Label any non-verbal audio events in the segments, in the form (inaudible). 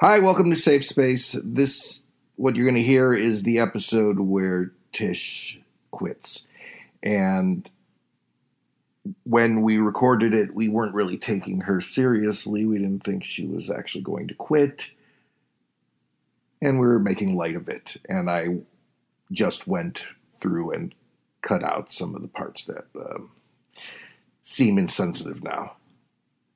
Hi, welcome to Safe Space. This, what you're going to hear is the episode where Tish quits. And when we recorded it, we weren't really taking her seriously. We didn't think she was actually going to quit. And we were making light of it. And I just went through and cut out some of the parts that um, seem insensitive now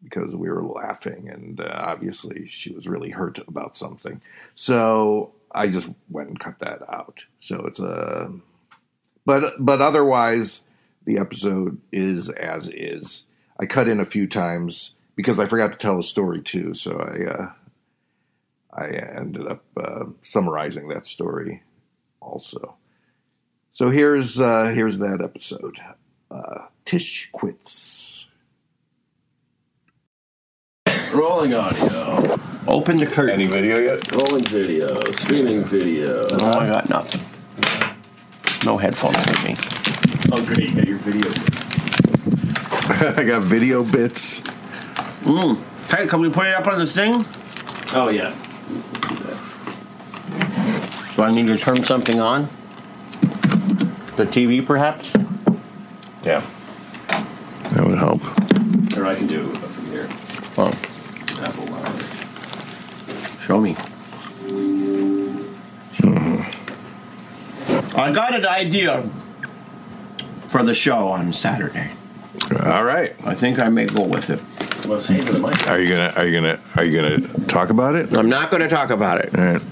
because we were laughing and uh, obviously she was really hurt about something. So I just went and cut that out. So it's a but but otherwise the episode is as is. I cut in a few times because I forgot to tell a story too, so I uh, I ended up uh, summarizing that story also. So here's uh, here's that episode. Uh, Tish quits. Rolling audio, Open the curtain. Any video yet? rolling video, streaming video. Oh, I got nothing. No headphones with me. Oh, great, you got your video. I got video bits. Hey, can we put it up on this thing? Oh, yeah. Do I need to turn something on? The TV, perhaps? Yeah. That would help. Or I can do it from here. Well, Apple Live. show me. Hmm. I got an idea for the show on Saturday. All right. I think I may go with it. Well, say for the mic. Are you gonna? Are you gonna? Are you gonna talk about it? I'm not going to talk about it. All right.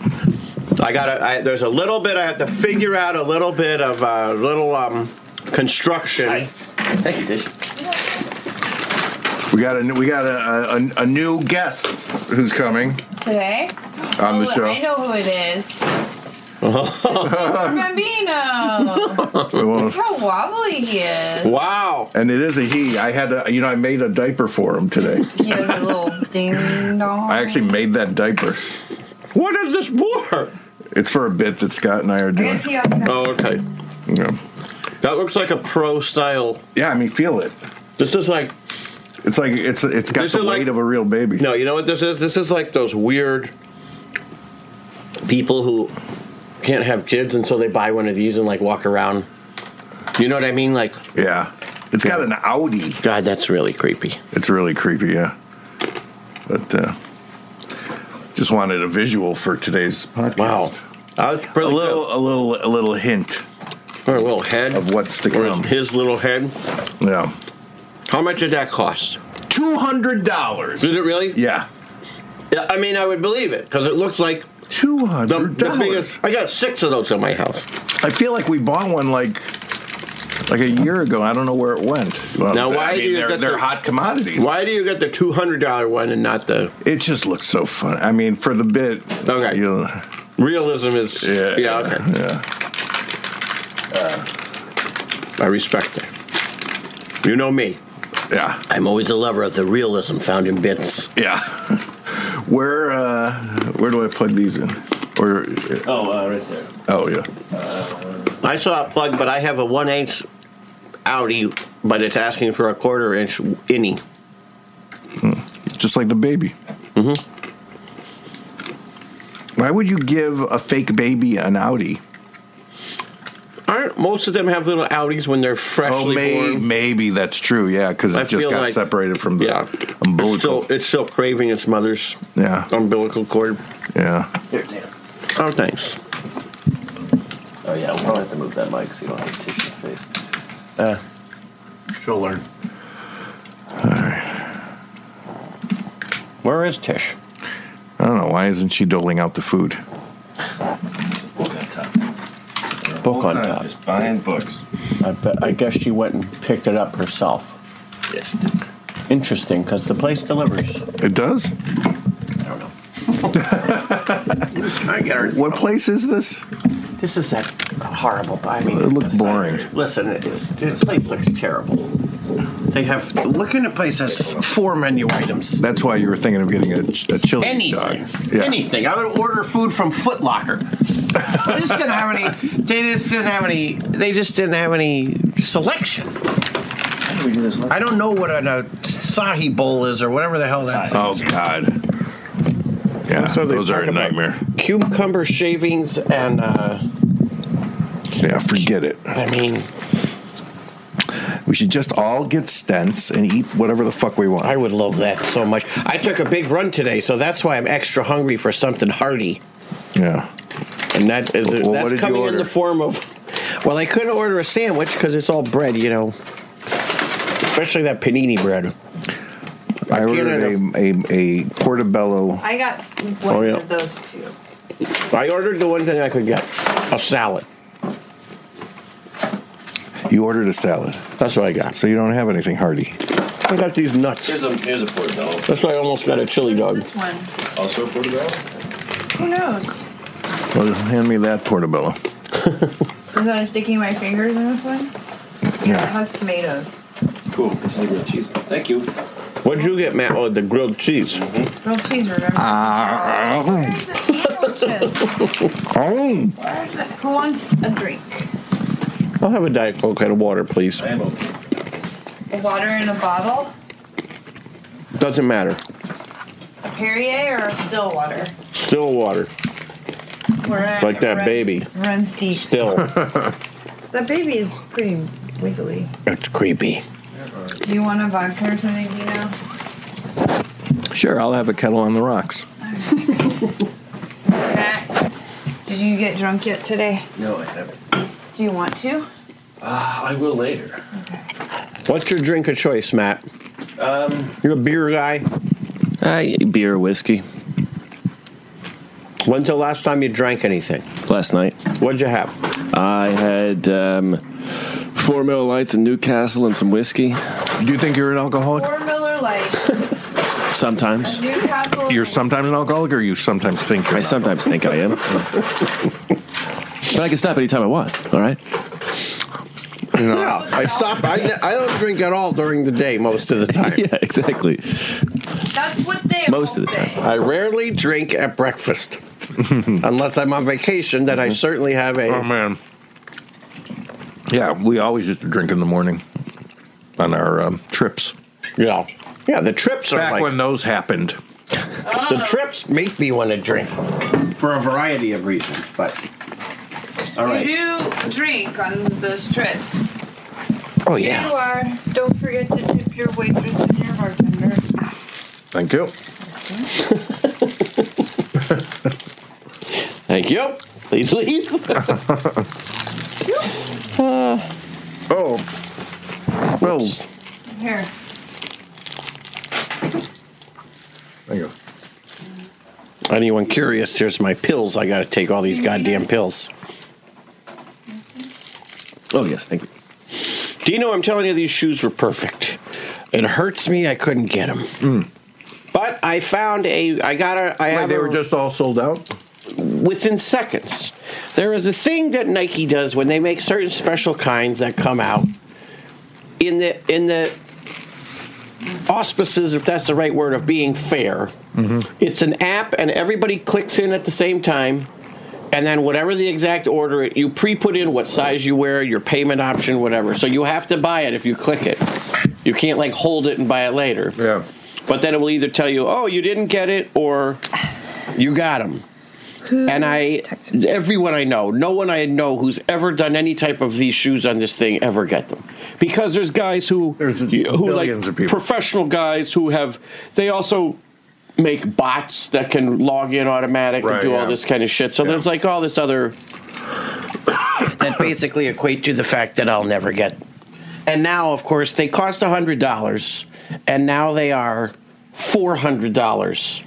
I got. I, there's a little bit. I have to figure out a little bit of a little um, construction. Thank you, Tish. We got a new- we got a, a, a new guest who's coming Today? on the Who- Oh, I show. know who (laughs) it is. Bambino! Well, Look how wobbly he is. Wow. and it is a he. I had to, you know I made a diaper for him today. He has a little ding dong. I actually made that diaper. What is this for? It's for a bit that Scott and I are doing. Oh, okay. Yeah, That looks like a pro style. yeah I mean feel it. This is like It's like it's it's got This the is like- weight of a real baby. no. You know what this is? This is like those weird people who can't have kids, and so they buy one of these and like walk around. You know what I mean? Like, Yeah. It's got an Audi. God, that's really creepy. It's really creepy, yeah. But uh, just wanted a visual for today's podcast. Wow. That's A really little, a little, a little hint good. Or a little head. of what's to or come. his little head. Yeah, How much did that cost? two hundred dollars. Did it really? Yeah, Yeah, I mean, I would believe it because it looks like two the, hundred the dollars. biggest. I got six of those in my house. I feel like we bought one like, like a year ago. I don't know where it went. Well, Now, why I do you they're, get they're the- hot commodities? Why do you get the two hundred dollar one and not the It just looks so fun. I mean, for the bit. Okay. You, realism? Is yeah, okay. yeah. I respect that. You know me. yeah. I'm always a lover of the realism found in bits. Yeah. Where uh, where do I plug these in? Or Oh, uh, right there. oh yeah, I saw a plug, but I have a one eighth Audi, but it's asking for a quarter inch innie. just like the baby. Mm-hmm. Why would you give a fake baby an Audi? Aren't most of them have little Audis when they're freshly oh, may, born? maybe that's true. Yeah, because I it just feel got like- separated from the Yeah. It's umbilical. still, it's still craving its mother's yeah, umbilical cord. yeah. Here, Dan. Oh, thanks. Oh, yeah, we'll probably have to move that mic so you don't have Tish in the face. Uh, She'll learn. Where is Tish? I don't know why isn't she doling out the food? Book on top. Book on top. Just buying books. I, bet, I guess she went and picked it up herself. Yes, she did. Interesting, because the place delivers. It does. I don't know. I get her. What place is this? This is that horrible. I mean, It looks it's not- boring. Listen, it is. This place looks terrible. They have look in a place that's four menu items. That's why you were thinking of getting a, a chili Anything, dog. Yeah. anything. I would order food from Foot Locker. they just didn't have any. They just didn't have any. They just didn't have any selection. How do we do this? I don't know what an Asahi bowl is or whatever the hell that. Oh God. Oh, Yeah, So they those are talk a about nightmare. Cucumber shavings and uh, Yeah, forget it. I mean, We should just all get stents and eat whatever the fuck we want. I would love that so much. I took a big run today, so that's why I'm extra hungry for something hearty. yeah. And that is Well, what did that's you coming in order? the form of Well, I couldn't order a sandwich because it's all bread, you know. Especially that panini bread. I ordered can't a, a, a portobello. I got one Oh, yeah. of those two. I ordered the one thing I could get, a salad. You ordered a salad, That's what I got. so you don't have anything hearty. I got these nuts. Here's a here's a portobello. That's why I almost got a chili dog. This one. Also a portobello. Who knows? Well, hand me that portobello. Since I'm sticking my fingers in this one, yeah, it Yeah. has tomatoes. Cool. This is the grilled cheese. Thank you. What'd you get, Matt? Oh, the grilled cheese. Grilled cheese, remember? Ah, Where's the sandwiches? oh. Where's the, who wants a drink? I'll have a Diet Coke and water, please. I am okay. A water in a bottle? Doesn't matter. A Perrier or a still water? Still water. We're at- Like that runs- baby. Runs deep. Still. (laughs) That baby is pretty wiggly. it's creepy. Do you want a vodka or something, Dino? Sure, I'll have a kettle on the rocks. Matt, did you get drunk yet today? No, I haven't. Do you want to? Ah, I will later. What's your drink of choice, Matt? Um, You're a beer guy. beer, whiskey. When's the last time you drank anything? Last night, What'd you have? I had um, four Miller Lights in Newcastle and some whiskey. Do you think you're an alcoholic? Or Miller (laughs) Lite. Sometimes. Newcastle. You're sometimes an alcoholic, or you sometimes think you're. I not? sometimes think I am. but I can stop anytime I want, all right? No, I stop. I, I don't drink at all during the day most of the (laughs) time. (laughs) Yeah, exactly. That's what they Most all of the time. say. I rarely drink (laughs) at breakfast. Unless I'm on vacation, then I certainly have a. Oh man. Yeah, we always used to drink in the morning on our um, trips. yeah. Yeah, the trips are Back like. when those happened. the trips make me want to drink. For a variety of reasons, but. All right. You do drink on those trips. Oh, You yeah. are. Don't forget to tip your waitress and your bartender. Thank you. Thank you. Please leave. Oh. Well, Here. thank you. Anyone curious? Here's my pills. I got to take all these goddamn pills. Oh, yes, thank you. Dino, I'm telling you, these shoes were perfect. It hurts me I couldn't get them. But I found a. I got a. I Hmm. Wait, have they a- were just all sold out. within seconds. There is a thing that Nike does when they make certain special kinds that come out in the in the auspices, if that's the right word, of being fair. It's an app, and everybody clicks in at the same time. And then whatever the exact order, it you pre-put in what size you wear, your payment option, whatever. So you have to buy it if you click it. You can't like hold it and buy it later. Yeah. But then it will either tell you, oh, you didn't get it, or you got them. And I, everyone I know, no one I know who's ever done any type of these shoes on this thing ever get them, because there's guys who, There's who like billions of people. professional guys who have, they also make bots that can log in automatic Right, and do all yeah. this kind of shit. So there's like all this other that basically equate to the fact that I'll never get. And now, of course, they cost hundred dollars, and now they are four hundred dollars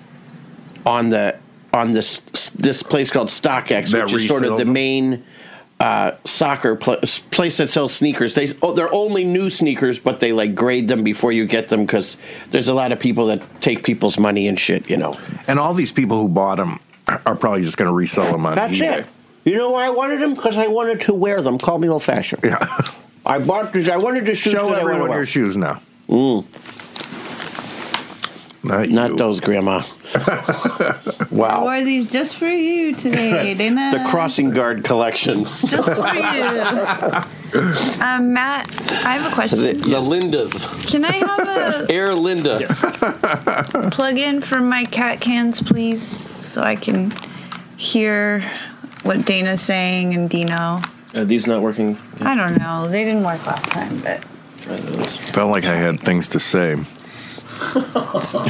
on the on this this place called StockX, That which is sort of resells the them? main uh, soccer pl- place that sells sneakers. They oh, they're only new sneakers, but they like grade them before you get them because there's a lot of people that take people's money and shit. You know. And all these people who bought them are probably just going to resell them on That's eBay. it. You know why I wanted them? Because I wanted to wear them. Call me old (laughs) fashioned. Yeah. I bought these. I wanted to shoes. Show that I wanted to everyone wear. your shoes now. Mm. Not, Not you. those, Grandma. (laughs) Oh. wow. wore these just for (laughs) you today, didn't I? The crossing guard collection. Just for you. um, Matt, I have a The, question. the Lindas. Can I have a Air Linda. plug in for my cat cans, please? so I can hear what Dana's saying and Dino. Are these not working? I don't know. They didn't work last time, but Try those. Felt like I had things to say.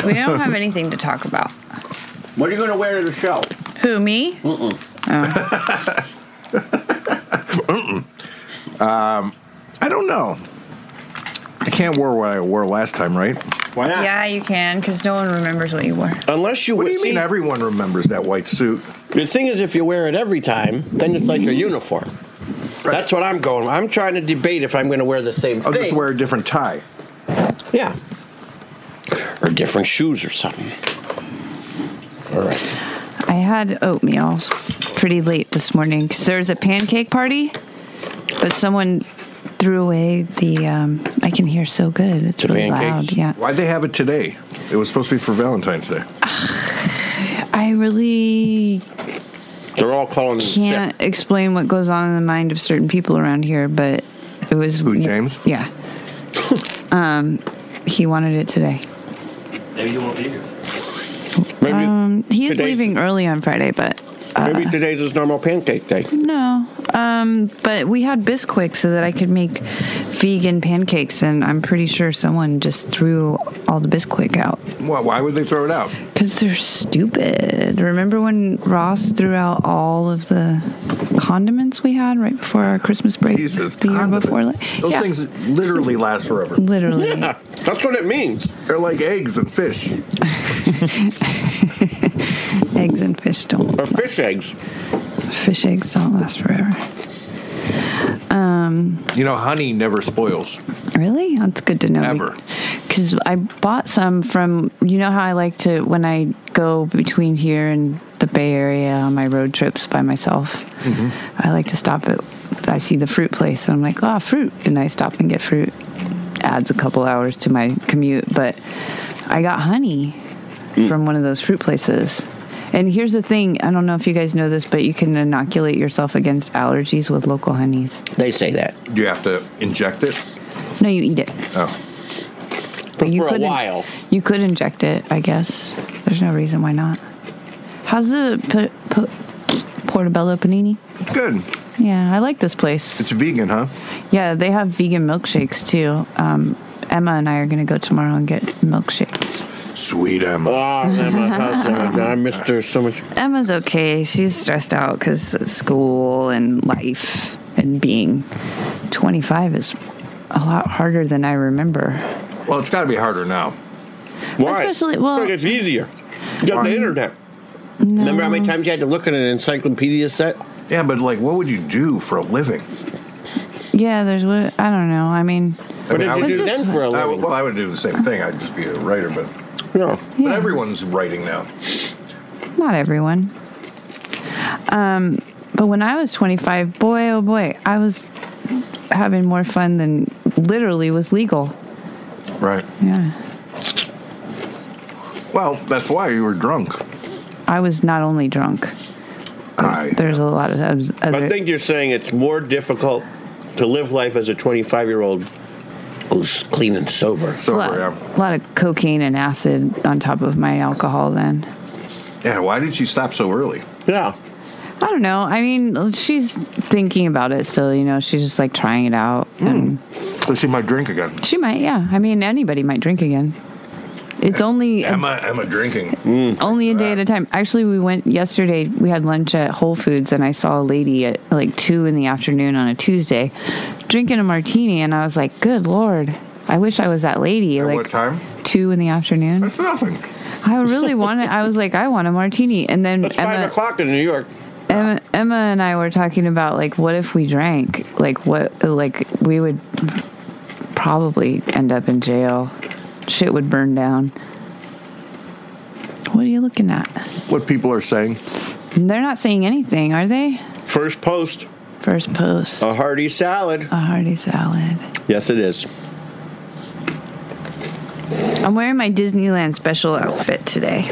we (laughs) don't have anything to talk about. What are you going to wear to the show? Who, me? I don't know. I can't wear what I wore last time, right? Why not? Yeah, you can, because no one remembers what you wore. Unless you, What do you see, mean everyone remembers that white suit? The thing is, if you wear it every time, then it's like your uniform. That's what I'm going. I'm trying to debate if I'm going to wear the same I'll thing. just wear a different tie. yeah, or different shoes or something. All right. I had oatmeal pretty late this morning because there was a pancake party, but someone threw away the. Um, I can hear so good. It's The really pancakes? loud. Yeah. Why'd they have it today? It was supposed to be for Valentine's Day. I really They're all calling. can't explain what goes on in the mind of certain people around here, but it was. Who, James? (laughs) Yeah. um, he wanted it today. Maybe you won't be here. Maybe, Um, he is Today's- leaving uh, early on Friday, but maybe today's his normal pancake (laughs) day. No, um, but we had Bisquick so that I could make vegan pancakes, and I'm pretty sure someone just threw all the Bisquick out Well, why would they throw it out? because they're stupid. Remember when Ross threw out all of the condiments we had right before our Christmas break Jesus, the year condiments. before? la- Those yeah, (laughs) things literally last forever. literally. (laughs) Yeah, that's what it means. They're like eggs and fish. Eggs and fish don't. Or fish eggs. Fish eggs don't last forever. You know, honey never spoils. Really? That's good to know. Ever. Because I bought some from, you know how I like to, when I go between here and the Bay Area on my road trips by myself, I like to stop at, I see the fruit place and I'm like, oh, fruit. And I stop and get fruit. Adds a couple hours to my commute. But I got honey from one of those fruit places. And here's the thing I don't know if you guys know this, but you can inoculate yourself against allergies with local honeys. They say that. You have to inject it. No, you eat it. Oh, But you for a could in- while. you could inject it, I guess. There's no reason why not. How's the p- p- portobello panini? good. Yeah, I like this place. It's vegan, huh? yeah, they have vegan milkshakes too. Um, Emma and I are gonna go tomorrow and get milkshakes. Sweet Emma. Oh, (laughs) Emma, how's Emma? I missed her so much. Emma's okay. She's stressed out because school and life and being 25 is a lot harder than I remember. Well, it's got to be harder now. Why? Especially- well- it's like it's easier. You got the internet. Remember how many times you had to look at an encyclopedia set? Yeah, but like, what would you do for a living? Yeah, there's what I don't know. I mean, I What did I you would do just- then for a I would, living? well, I would do the same thing. I'd just be a writer, but, No. but Yeah. everyone's writing now. Not everyone. Um, but when I was 25, boy, oh boy, I was having more fun than literally was legal. Right. Yeah. Well, that's why you were drunk. I was not only drunk, I. there's a lot of others- other. I think you're saying it's more difficult to live life as a 25 year old who's clean and sober. a Sober, lot, yeah. a lot of cocaine and acid on top of my alcohol then. Yeah, why did she stop so early? Yeah. I don't know. I mean, she's thinking about it still, you know, she's just like trying it out. And So she might drink again. she might, yeah. I mean, anybody might drink again. It's only a Emma, Emma drinking. Only a day at a time. Actually, we went yesterday. We had lunch at Whole Foods, and I saw a lady at like two in the afternoon on a Tuesday, drinking a martini, and I was like, "Good lord, I wish I was that lady." At like what time? two in the afternoon. That's nothing. I (laughs) really wanted. I was like, "I want a martini," and then It's 5 o'clock in New York. Emma, Emma and I were talking about like what if we drank? Like what like we would probably end up in jail. Shit would burn down. What are you looking at? What people are saying. They're not saying anything, are they? First post, First post. Oh. a hearty salad. A hearty salad. Yes, it is. I'm wearing my Disneyland special outfit today.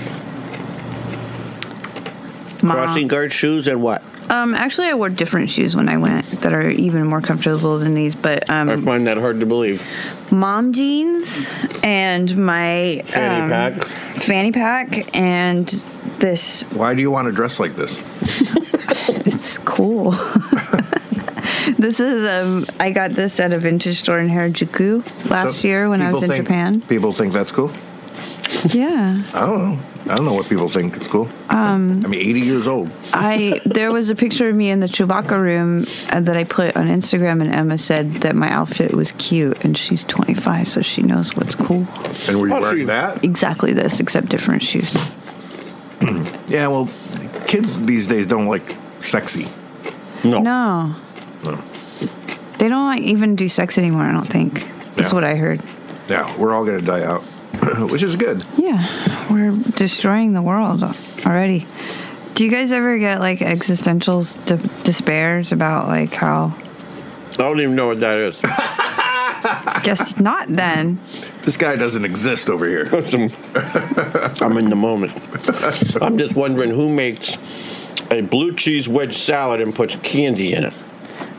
Mom. Crossing guard shoes and what? Um, actually, I wore different shoes when I went that are even more comfortable than these. But I um, find that hard to believe. mom jeans and my Fanny um, pack. fanny pack and this. Why do you want to dress like this? It's cool. (laughs) this is um. I got this at a vintage store in Harajuku last So year when I people was in think- Japan. People think that's cool. Yeah. I don't know. I don't know what people think it's cool. Um, I mean, 80 years old. I there was a picture of me in the Chewbacca room uh, that I put on Instagram, and Emma said that my outfit was cute, and she's 25, so she knows what's cool. And were you Oh, wearing she- that? Exactly this, except different shoes. Yeah, well, kids these days don't like sexy. No. No, No. they don't like, even do sex anymore. I don't think. That's Yeah. what I heard. Yeah, we're all going to die out, (clears throat) which is good. Yeah, we're destroying the world already. Do you guys ever get like existential de- despairs about like how? I don't even know what that is. Guess not then. This guy doesn't exist over here. (laughs) I'm in the moment. I'm just wondering who makes a blue cheese wedge salad and puts candy in it.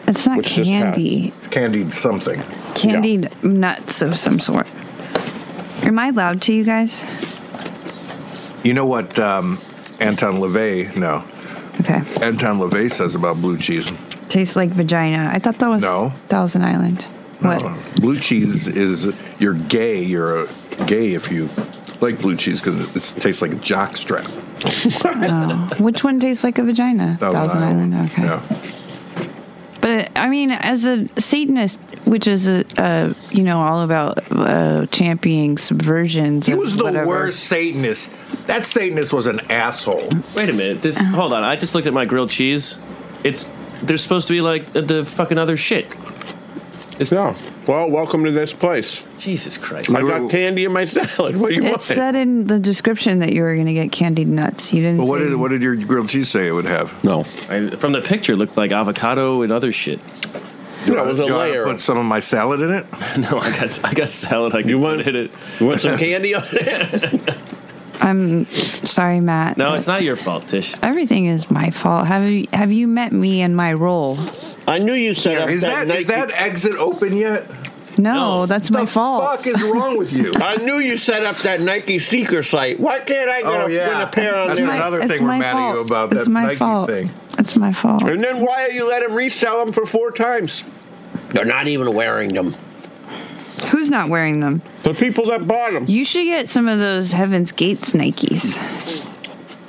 It's not Which just happened. candy. It's candied something. candied nuts of some sort. Am I loud to you guys? You know what um, Anton LaVey, no, Okay. Anton LaVey says about blue cheese? Tastes like vagina. I thought that was No. Thousand Island. What? Uh, blue cheese is, you're gay, you're a, gay if you like blue cheese because it tastes like a jock strap. Oh. Which one tastes like a vagina? Thousand Island. Okay. Yeah. But I mean, as a Satanist, which is a, uh, you know all about uh, championing subversions. He of was the whatever. worst Satanist. That Satanist was an asshole. Wait a minute. This. Hold on. I just looked at my grilled cheese. It's. They're supposed to be like the- the fucking other shit. Yeah. Well, welcome to this place. Jesus Christ. I got candy in my (laughs) salad. What do you It want? said in the description that you were going to get candied nuts. You didn't. But what say- did, what did your grilled cheese say it would have? no. I, from the picture, it looked like avocado and other shit. That was a Uh, You wanna layer. Put some of my salad in it. (laughs) No, Oh, I got I got salad. I You can want- hit it. You want some candy on it? I'm sorry, Matt. No, it's not your fault, Tish. Everything is my fault. Have you have you met me in my role? I knew you set up Is that, that is that Nike- exit open yet? No, No. that's my the fault. fuck is wrong with (laughs) you? I knew you set up that Nike sneaker site. Why can't I get Oh, a, yeah. win a pair on That's there? another thing we're mad at you about, It's that my Nike fault. thing. It's my fault. And then why are you let him resell them for four times? They're not even wearing them. Who's not wearing them? The people that bought them. You should get some of those Heaven's Gates Nikes.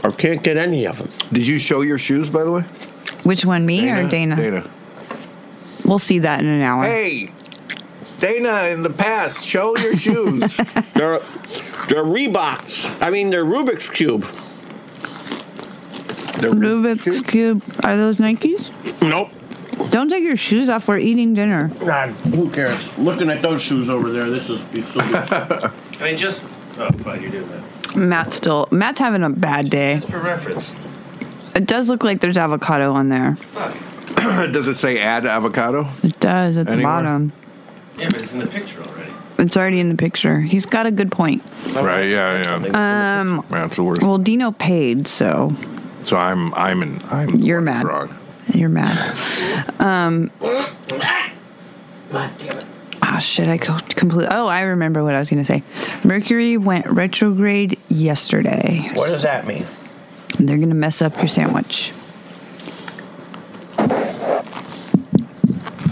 I can't get any of them. Did you show your shoes, by the way? Which one, me or Dana? Dana. We'll see that in an hour. Hey, Dana, in the past, show your shoes. They're they're Reeboks. I mean, they're Rubik's cube. Rubik's Cube. Are those Nikes? Nope. Don't take your shoes off. We're eating dinner. God, who cares? Looking at those shoes over there, this is be so good. I mean, just oh, fine, you're doing that. Matt's still. Matt's having a bad day. for reference. It does look like there's avocado on there. (laughs) Does it say add avocado? It does at the Anywhere? bottom. Yeah, but it's in the picture already. It's already in the picture. He's got a good point. Right, yeah, yeah. Um. That's the worst. Well, Dino paid, so So I'm, I'm, in, I'm. the You're one that's mad. Wrong. You're mad. Um, ah, shit, I completely. Oh, I remember what I was going to say. Mercury went retrograde yesterday. what does that mean? They're going to mess up your sandwich.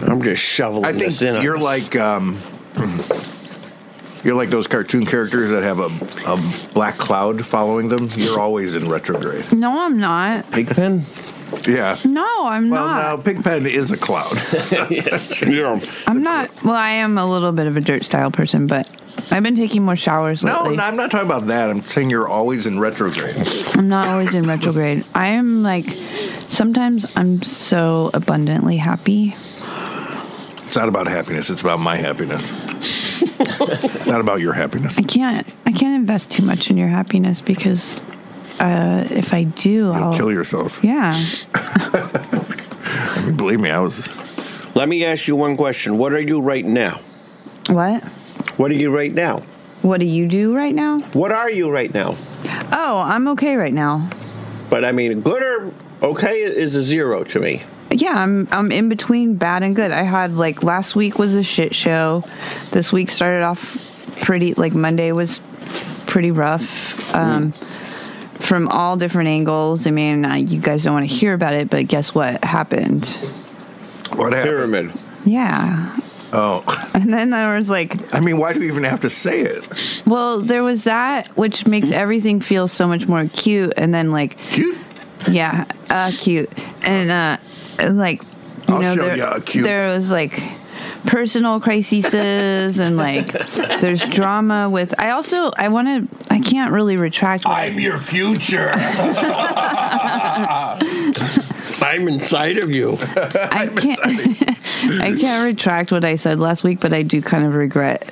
I'm just shoveling I think this in. you're like, um, you're like those cartoon characters that have a, a black cloud following them. You're always in retrograde. No, I'm not. Pigpen. Yeah. No, I'm Well, not. now Pigpen is a (laughs) cloud. yeah. I'm not. Well, I am a little bit of a dirt style person, but I've been taking more showers no, lately. no, I'm not talking about that. I'm saying you're always in retrograde. I'm not always in retrograde. I am like, sometimes I'm so abundantly happy. It's not about happiness. It's about my (laughs) happiness. it's not about your happiness. I can't I can't invest too much in your happiness because uh, if I do, You'll I'll kill yourself. Oh. Yeah, I mean, believe me, I was. Let me ask you one question. What are you right now? what? What are you right now? What do you do right now? What are you right now? Oh, I'm okay right now. But I mean, good or okay is a zero to me. Yeah, I'm I'm in between bad and good. I had like last week was a shit show. This week started off pretty like Monday was pretty rough. Um, from all different angles. I mean, I, you guys don't want to hear about it, but guess what happened? What happened? Pyramid. Yeah. (laughs) Oh, And then there was like, I mean, why do we even have to say it? well, there was that, which makes Mm-hmm. everything feel so much more cute. And then, like, Cute. yeah, uh, cute. And, uh, like, you I'll know, show there, ya a cute. there was like personal crises (laughs) and like there's drama with. I also, I want to, I can't really retract what I, your future. I'm inside of you. I (laughs) can't. I can't (laughs) retract what I said last week, but I do kind of regret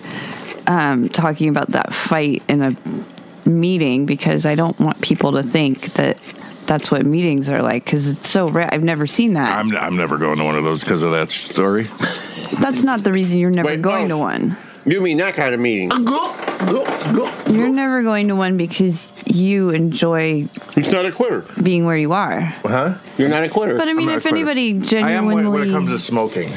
um, talking about that fight in a meeting because I don't want people to think that that's what meetings are like because it's so rare. I've never seen that. I'm, I'm never going to one of those because of that story. that's not the reason you're never Wait, going no. to one. You mean that kind of meeting? go, go, go. You're never going to one because you enjoy He's not a quitter. being where you are. Huh? You're not a quitter. But I mean, not if sure. anybody I am when, when genuinely it comes to smoking.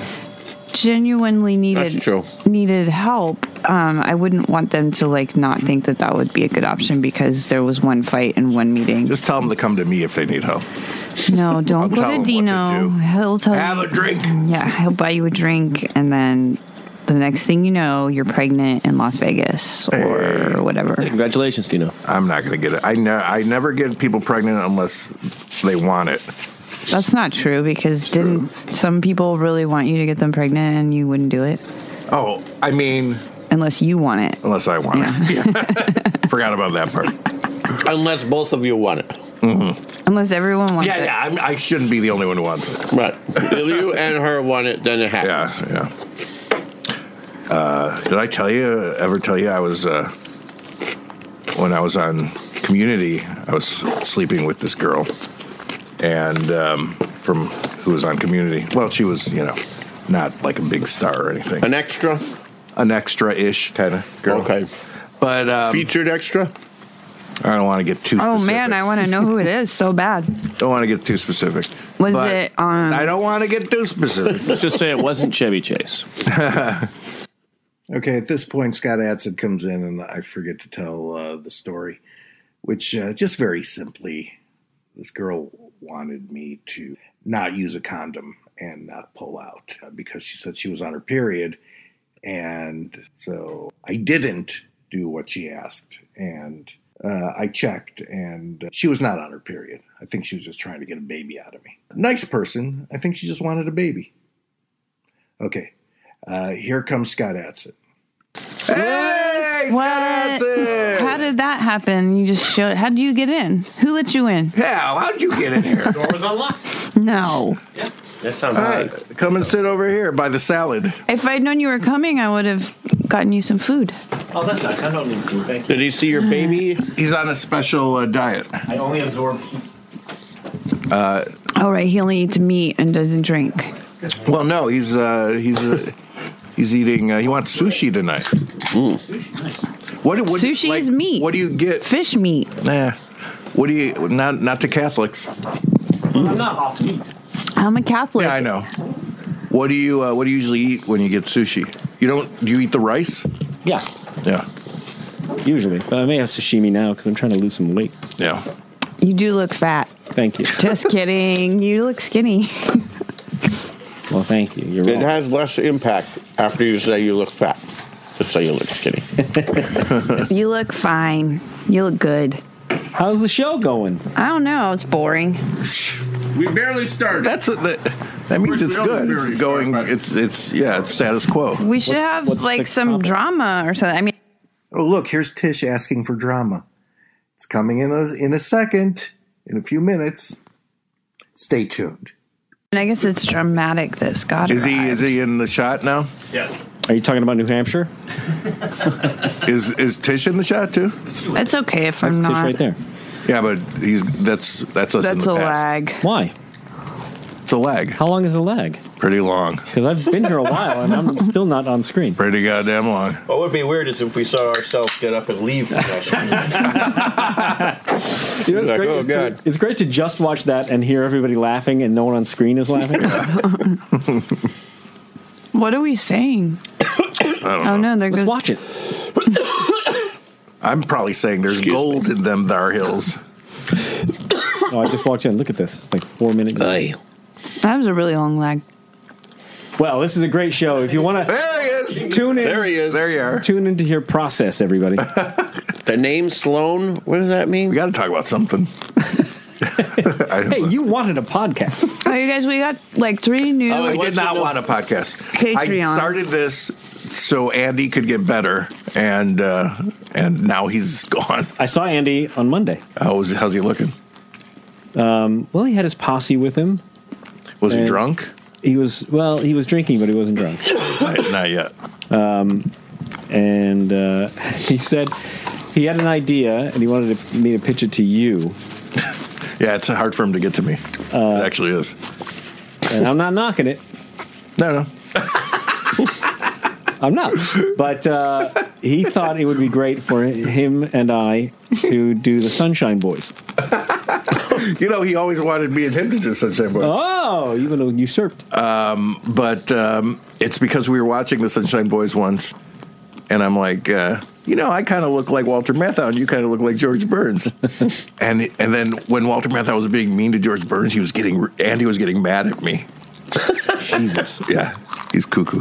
genuinely needed That's true. needed help, um, I wouldn't want them to like not think that that would be a good option because there was one fight and one meeting. Just tell them to come to me if they need help. (laughs) no, tell 'em don't go to what to Dino. do. he'll tell Have you. a drink. Yeah, he'll buy you a drink, and then the next thing you know, you're pregnant in Las Vegas or whatever. Congratulations, Dino. I'm not going to get it. I, ne- I never get people pregnant unless they want it. That's not true because didn't some people really want you to get them pregnant and you wouldn't do it Oh, I mean, unless you want it. unless I want it. Yeah. (laughs) Forgot about that part. Unless both of you want it. Unless everyone wants Yeah, it. yeah. I'm, I shouldn't be the only one who wants it. Right. if you and her want it, then it Yeah, happens. yeah. Uh, did I tell you ever tell you I was uh, when I was on Community, I was sleeping with this girl, and um, from who was on Community. Well, she was you know not like a big star or anything, An extra? an extra ish kind of girl. Okay. but um, Featured extra? I don't want to get too. Oh specific. man, I want to know who it is so bad. don't want to get too specific. Was But it, um, I don't want to get too specific. Let's just say it wasn't Chevy Chase. Okay, at this point, Scott Adson comes in, and I forget to tell uh, the story, which uh, just very simply, this girl wanted me to not use a condom and not pull out uh, because she said she was on her period. And so I didn't do what she asked. And uh, I checked, and uh, she was not on her period. I think she was just trying to get a baby out of me. Nice person. I think she just wanted a baby. Okay, uh, here comes Scott Adson. hey, What? Scott Adson! How did that happen? You just showed. How did you get in? Who let you in? Hal, how'd you get in here? Door was unlocked. (laughs) No. That sounds Hi, right. come and sit over here by the salad. If I'd known you were coming, I would have gotten you some food. Oh, that's nice. I don't need food. Thank you. Did he see your baby? He's on a special uh, diet. I only absorb heat. All right, he only eats meat and doesn't drink. Well, no, he's uh, he's uh, he's eating. Uh, he wants sushi tonight. What, what Sushi is meat. What do you get? Fish meat. Nah. What do you? Not not to Catholics. I'm not off meat. I'm a Catholic. Yeah, I know. What do you? Uh, what do you usually eat when you get sushi? You don't? Do you eat the rice? Yeah, Yeah. usually. But I may have sashimi now because I'm trying to lose some weight. Yeah. You do look fat. Thank you. (laughs) Just kidding. You look skinny. Well, thank you. You're It welcome. has less impact after you say you look fat. Just say you look skinny. You look fine. You look good. How's the show going? I don't know. It's boring. We barely started. That's what the, that means. Which we It's don't good. It's experience, going. but- It's it's yeah. It's status quo. We should What's- have what's like the some topic? drama or something. I mean, Oh, look, here's Tish asking for drama. It's coming in a, in a second, in a few minutes. Stay tuned. I guess it's dramatic that Scott Is he arrived. is he in the shot now? Yeah. Are you talking about New Hampshire? (laughs) Is is Tish in the shot too? It's okay if That's I'm Tish not. right there. Yeah, but he's that's that's us. in That's the a past. lag. Why? It's a lag. How long is the lag? Pretty long. Because I've been here a while and I'm still not on screen. Pretty goddamn long. What would be weird is if we saw ourselves get up and leave. You know, it's, Like, great oh, is to- God. it's great to just watch that and hear everybody laughing and no one on screen is (laughs) laughing. What are we saying? oh no, there Let's goes. watch it. I'm probably saying there's Excuse gold in them thar hills. No, Oh, I just walked in. Look at this. It's like four minutes. Oy. That was a really long lag. Well, this is a great show. If you want to There he is. tune in, There he is. There you are. tune in to hear process, everybody. The name Sloan, what does that mean? We got to talk about something. (laughs) I, hey, you wanted a podcast. Oh, you guys, we got like three new. I want Oh, did you not to- want a podcast. Patreon. I started this so Andy could get better, and uh, and now he's gone. I saw Andy on Monday. How's how's he looking? Well, he had his posse with him. Was he Uh, drunk? He was well, he was drinking, but he wasn't drunk. not, not yet. and uh, (laughs) he said he had an idea and he wanted to, me to pitch it to you. Yeah, it's hard for him to get to me. it actually is. And I'm not knocking it. No, no. I'm not. But uh, he thought it would be great for him and I to do the Sunshine Boys. You know, he always wanted me and him to do Sunshine Boys. Oh, you going to usurped. but um, it's because we were watching the Sunshine Boys once, and I'm like, uh, you know, I kind of look like Walter Matthau, and you kind of look like George (laughs) Burns. and and then when Walter Matthau was being mean to George Burns, he was getting Andy was getting mad at (laughs) me. Jesus. Yeah, he's cuckoo.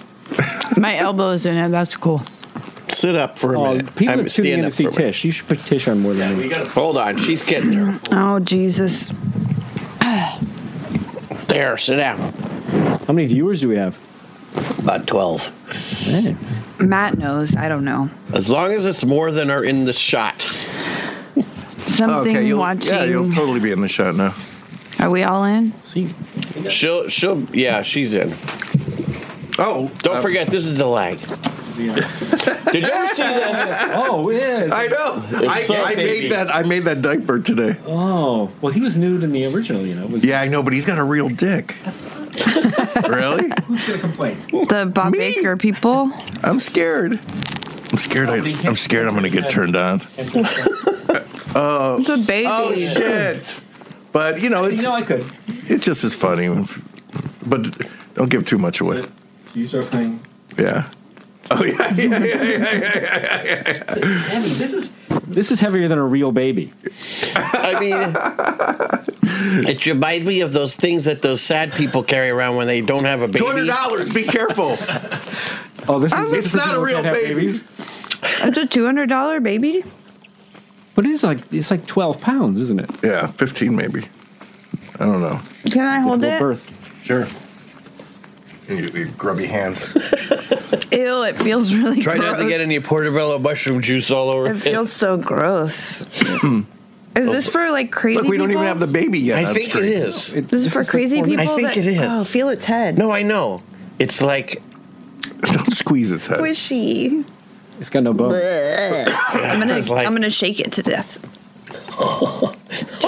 (laughs) My elbow's in it. That's cool. Sit up for a Oh, minute. people are tuning stand in to up see for a minute. Tish. You should put Tish on more than me. Hold on, she's getting there. Oh Jesus! There, sit down. How many viewers do we have? About 12. Hey. Matt knows. I don't know. As long as it's more than are in the shot. Something you'll, watching. yeah, you'll totally be in the shot now. Are we all in? See, She'll, she'll, yeah, she's in. Oh, Don't uh, forget, this is the lag. Did you ever see that? oh, yes. I know. I, so I baby. made that. I made that diaper today. oh, well, he was nude in the original, you know. Was, Yeah, I know, but he's got a real dick. (laughs) really? Who's going to complain? The Bob Me? Baker people. I'm scared. I'm scared. I, I'm scared. I'm going to get turned on. It's a baby. Oh shit! But you know, it's you know, I could. it's just as funny. But don't give too much away. You start playing. Yeah. Oh yeah, yeah, yeah, yeah, yeah, yeah, yeah. Andy, this is this is heavier than a real baby. I mean, (laughs) it reminds me of those things that those sad people carry around when they don't have a Two hundred baby. dollars. Be (laughs) careful. Oh, Ah, this is It's not a real baby. It's a two hundred dollar baby. But it is like it's like twelve pounds, isn't it? Yeah, fifteen maybe. I don't know. Can I hold Well, it? birth. Sure. Your, your grubby hands. Ew! It feels really. Try gross. not to get any portobello mushroom juice all over. (laughs) It feels so gross. Is this for like crazy Hmm. Oh. Look, we don't people? even have the baby yet. I on think it screen. is. This, is for crazy people. I think that, it is. Oh, feel its head. No, I know. It's like (laughs) Don't squeeze its head. Squishy. It's got no bone. I'm gonna, like- I'm gonna shake it to death. all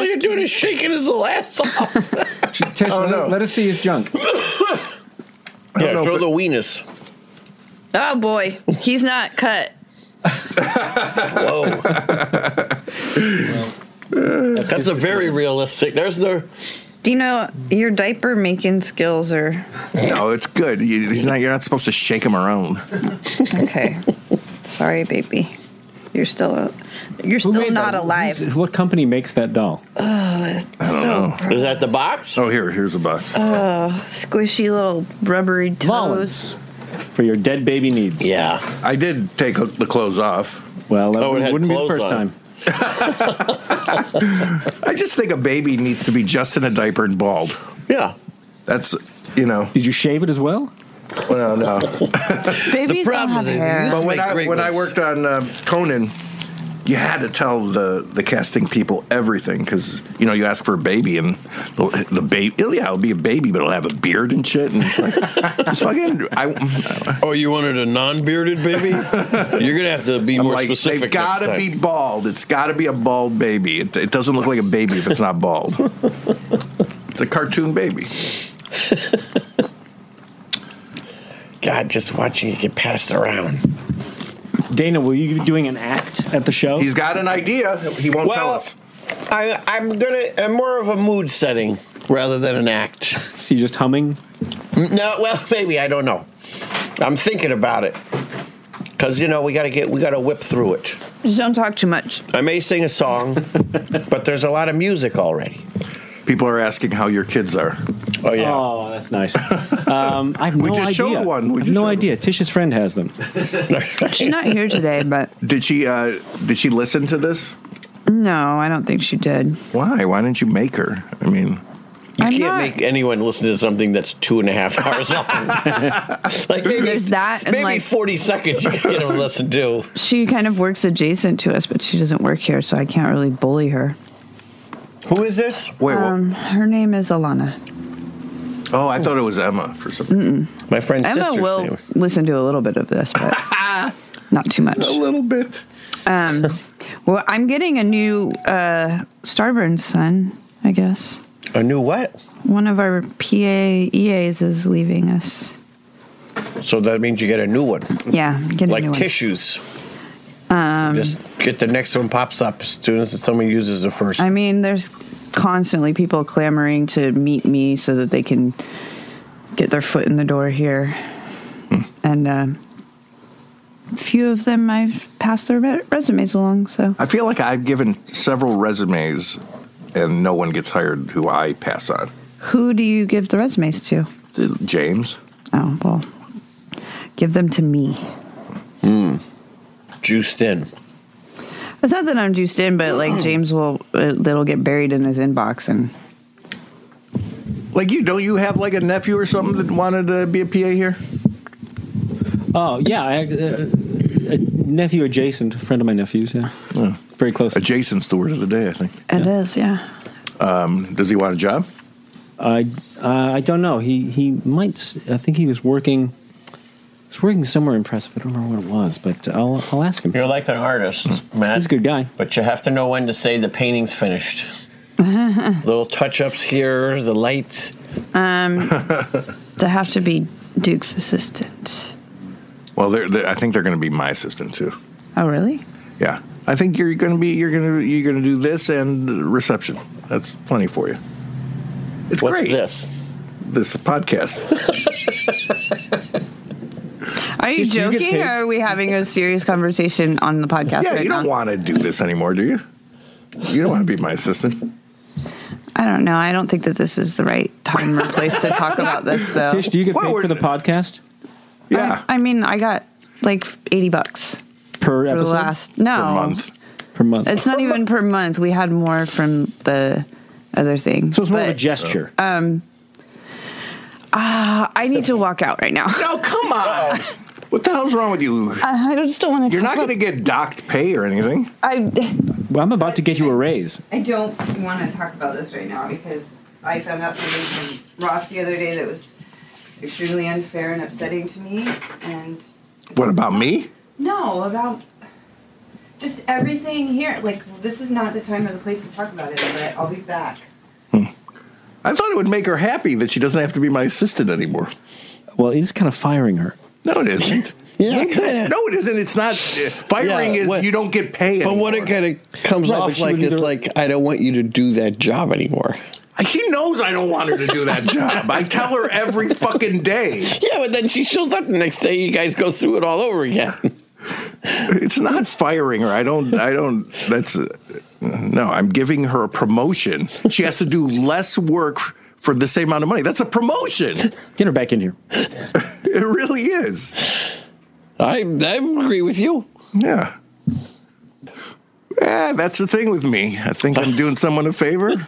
you're doing is shaking his (laughs) ass off. Tish, Oh, let, no. let us see his junk. don't know yeah, if show it- the weenus. Oh boy, he's not cut. Whoa, That's, (laughs) that's his a very decision. realistic. There's the Do you know your diaper making skills are No, it's good. You, he's not. You're not supposed to shake him around. okay? Sorry, baby. You're still you're Who still made not that? alive. Who's- what company makes that doll? so know. gr- is that the box? Oh, here, here's a box. squishy little rubbery toes. Mullins. For your dead baby needs. Yeah, I did take the clothes off. Well, that Oh, it had wouldn't be the clothes first on. time. I just think a baby needs to be just in a diaper and bald. yeah. That's you know. Did you shave it as well? Well, no. Babies don't problem have is- hair. But when make I great when I ones. worked on uh, Conan, you had to tell the the casting people everything because you know you ask for a baby and the, the baby yeah it'll be a baby but it'll have a beard and shit and it's like it's fucking I, Oh, you wanted a non-bearded baby? (laughs) You're gonna have to be I'm more like specific. they've next got to time. be bald. It's got to be a bald baby. It, it doesn't look like a baby if it's not bald. it's a cartoon baby. God, just watching it get passed around. Dana, will you be doing an act at the show? He's got an idea. He won't tell us. I, I'm gonna. I'm more of a mood setting rather than an act. so you're just humming. (laughs) No, well, maybe I don't know. I'm thinking about it. because you know we got to get we got to whip through it. Just don't talk too much. I may sing a (laughs) song, but there's a lot of music already. People are asking how your kids are. Oh yeah. Oh, that's nice. Um, I (laughs) have We no just idea. showed one. We I have just no showed idea. Tish's friend has them. She's not (laughs) here today, but Did she? Uh, did she listen to this? no, I don't think she did. Why? Why didn't you make her? I mean, You I'm can't not- make anyone listen to something that's two and a half hours (laughs) long. like maybe There's that and maybe like forty seconds you can get them to listen to. she kind of works adjacent to us, but she doesn't work here, so I can't really bully her. Who is this? wait. what- Um, her name is Alana. oh, I thought it was Emma for some reason. My friend's Emma sister's will name. listen to a little bit of this, but (laughs) not too much. A little bit. Um, well, I'm getting a new uh, Starburns son, I guess. A new what? One of our PA EAs is leaving us. So that means you get a new one, Yeah, get a like new tissues. Um, Just get the next one pops up as soon as someone uses the first. one. I mean, there's constantly people clamoring to meet me so that they can get their foot in the door here, Hmm. and uh, few of them I've passed their re- resumes along. So I feel like I've given several resumes, and no one gets hired who I pass on. Uh, who do you give the resumes to? James. Oh well, give them to me. juiced in. It's not that I'm juiced in, but like James will, uh, that'll get buried in his inbox, and Like you? Don't you have like a nephew or something that wanted to be a PA here? Oh yeah, I, uh, a nephew adjacent, a friend of my nephew's. Yeah, very close. Adjacent's the word Uh, of the day. I think. it is, yeah. Um, does he want a job? I uh, I don't know. He he might. s- I think he was working. He was working somewhere impressive. I don't remember what it was, but I'll I'll ask him. You're like an artist, Matt. He's a good guy. But you have to know when to say the painting's (laughs) finished. Little touch ups here, the light. To have to be Duke's assistant. Well, they're, they're, I think they're going to be my assistant too. Oh, really? Yeah, I think you're going to be you're going to you're going to do this and reception. That's plenty for you. It's What's great. this? This (laughs) podcast. Are you Just you get joking, paid. or are we having a serious conversation on the podcast? yeah, right you don't now? want to do this anymore, do you? You don't want to be my assistant. I don't know. I don't think that this is the right time or place to talk about (laughs) this, though. Tish, do you get Well, paid we're- for the podcast Yeah, I, I mean, I got like eighty bucks for per the episode last no per month. per month? It's not even per month. We had more from the other thing. so it's more of a but- uh, gesture. I need to walk out right now. No, come on. what the hell's wrong with you? (laughs) I don't- just don't want to. You're not going to get docked pay or anything. I well, I'm about to get you a raise. I don't want to talk about this right now because I found out something from Ross the other day that was extremely unfair and upsetting to me. And What about me? no, about just everything here. Like, this is not the time or the place to talk about it, but I'll be back. I thought it would make her happy that she doesn't have to be my assistant anymore. Well, it is kind of firing her. No, it (laughs) isn't. Yeah, kind of. No, it isn't. It's not. uh, Firing Yeah, is what- you don't get pay. But anymore. what it kind of comes Right, but off she like would is either- like, I don't want you to do that job anymore. She knows I don't want her to do that job. I tell her every fucking day. Yeah, but then she shows up the next day. You guys go through it all over again. (laughs) It's not firing her. I don't. I don't. That's uh, no. I'm giving her a promotion. She has to do less work for the same amount of money. That's a promotion. Get her back in here. It really is. I I agree with you. Yeah. Yeah, that's the thing with me. I think I'm doing someone a favor.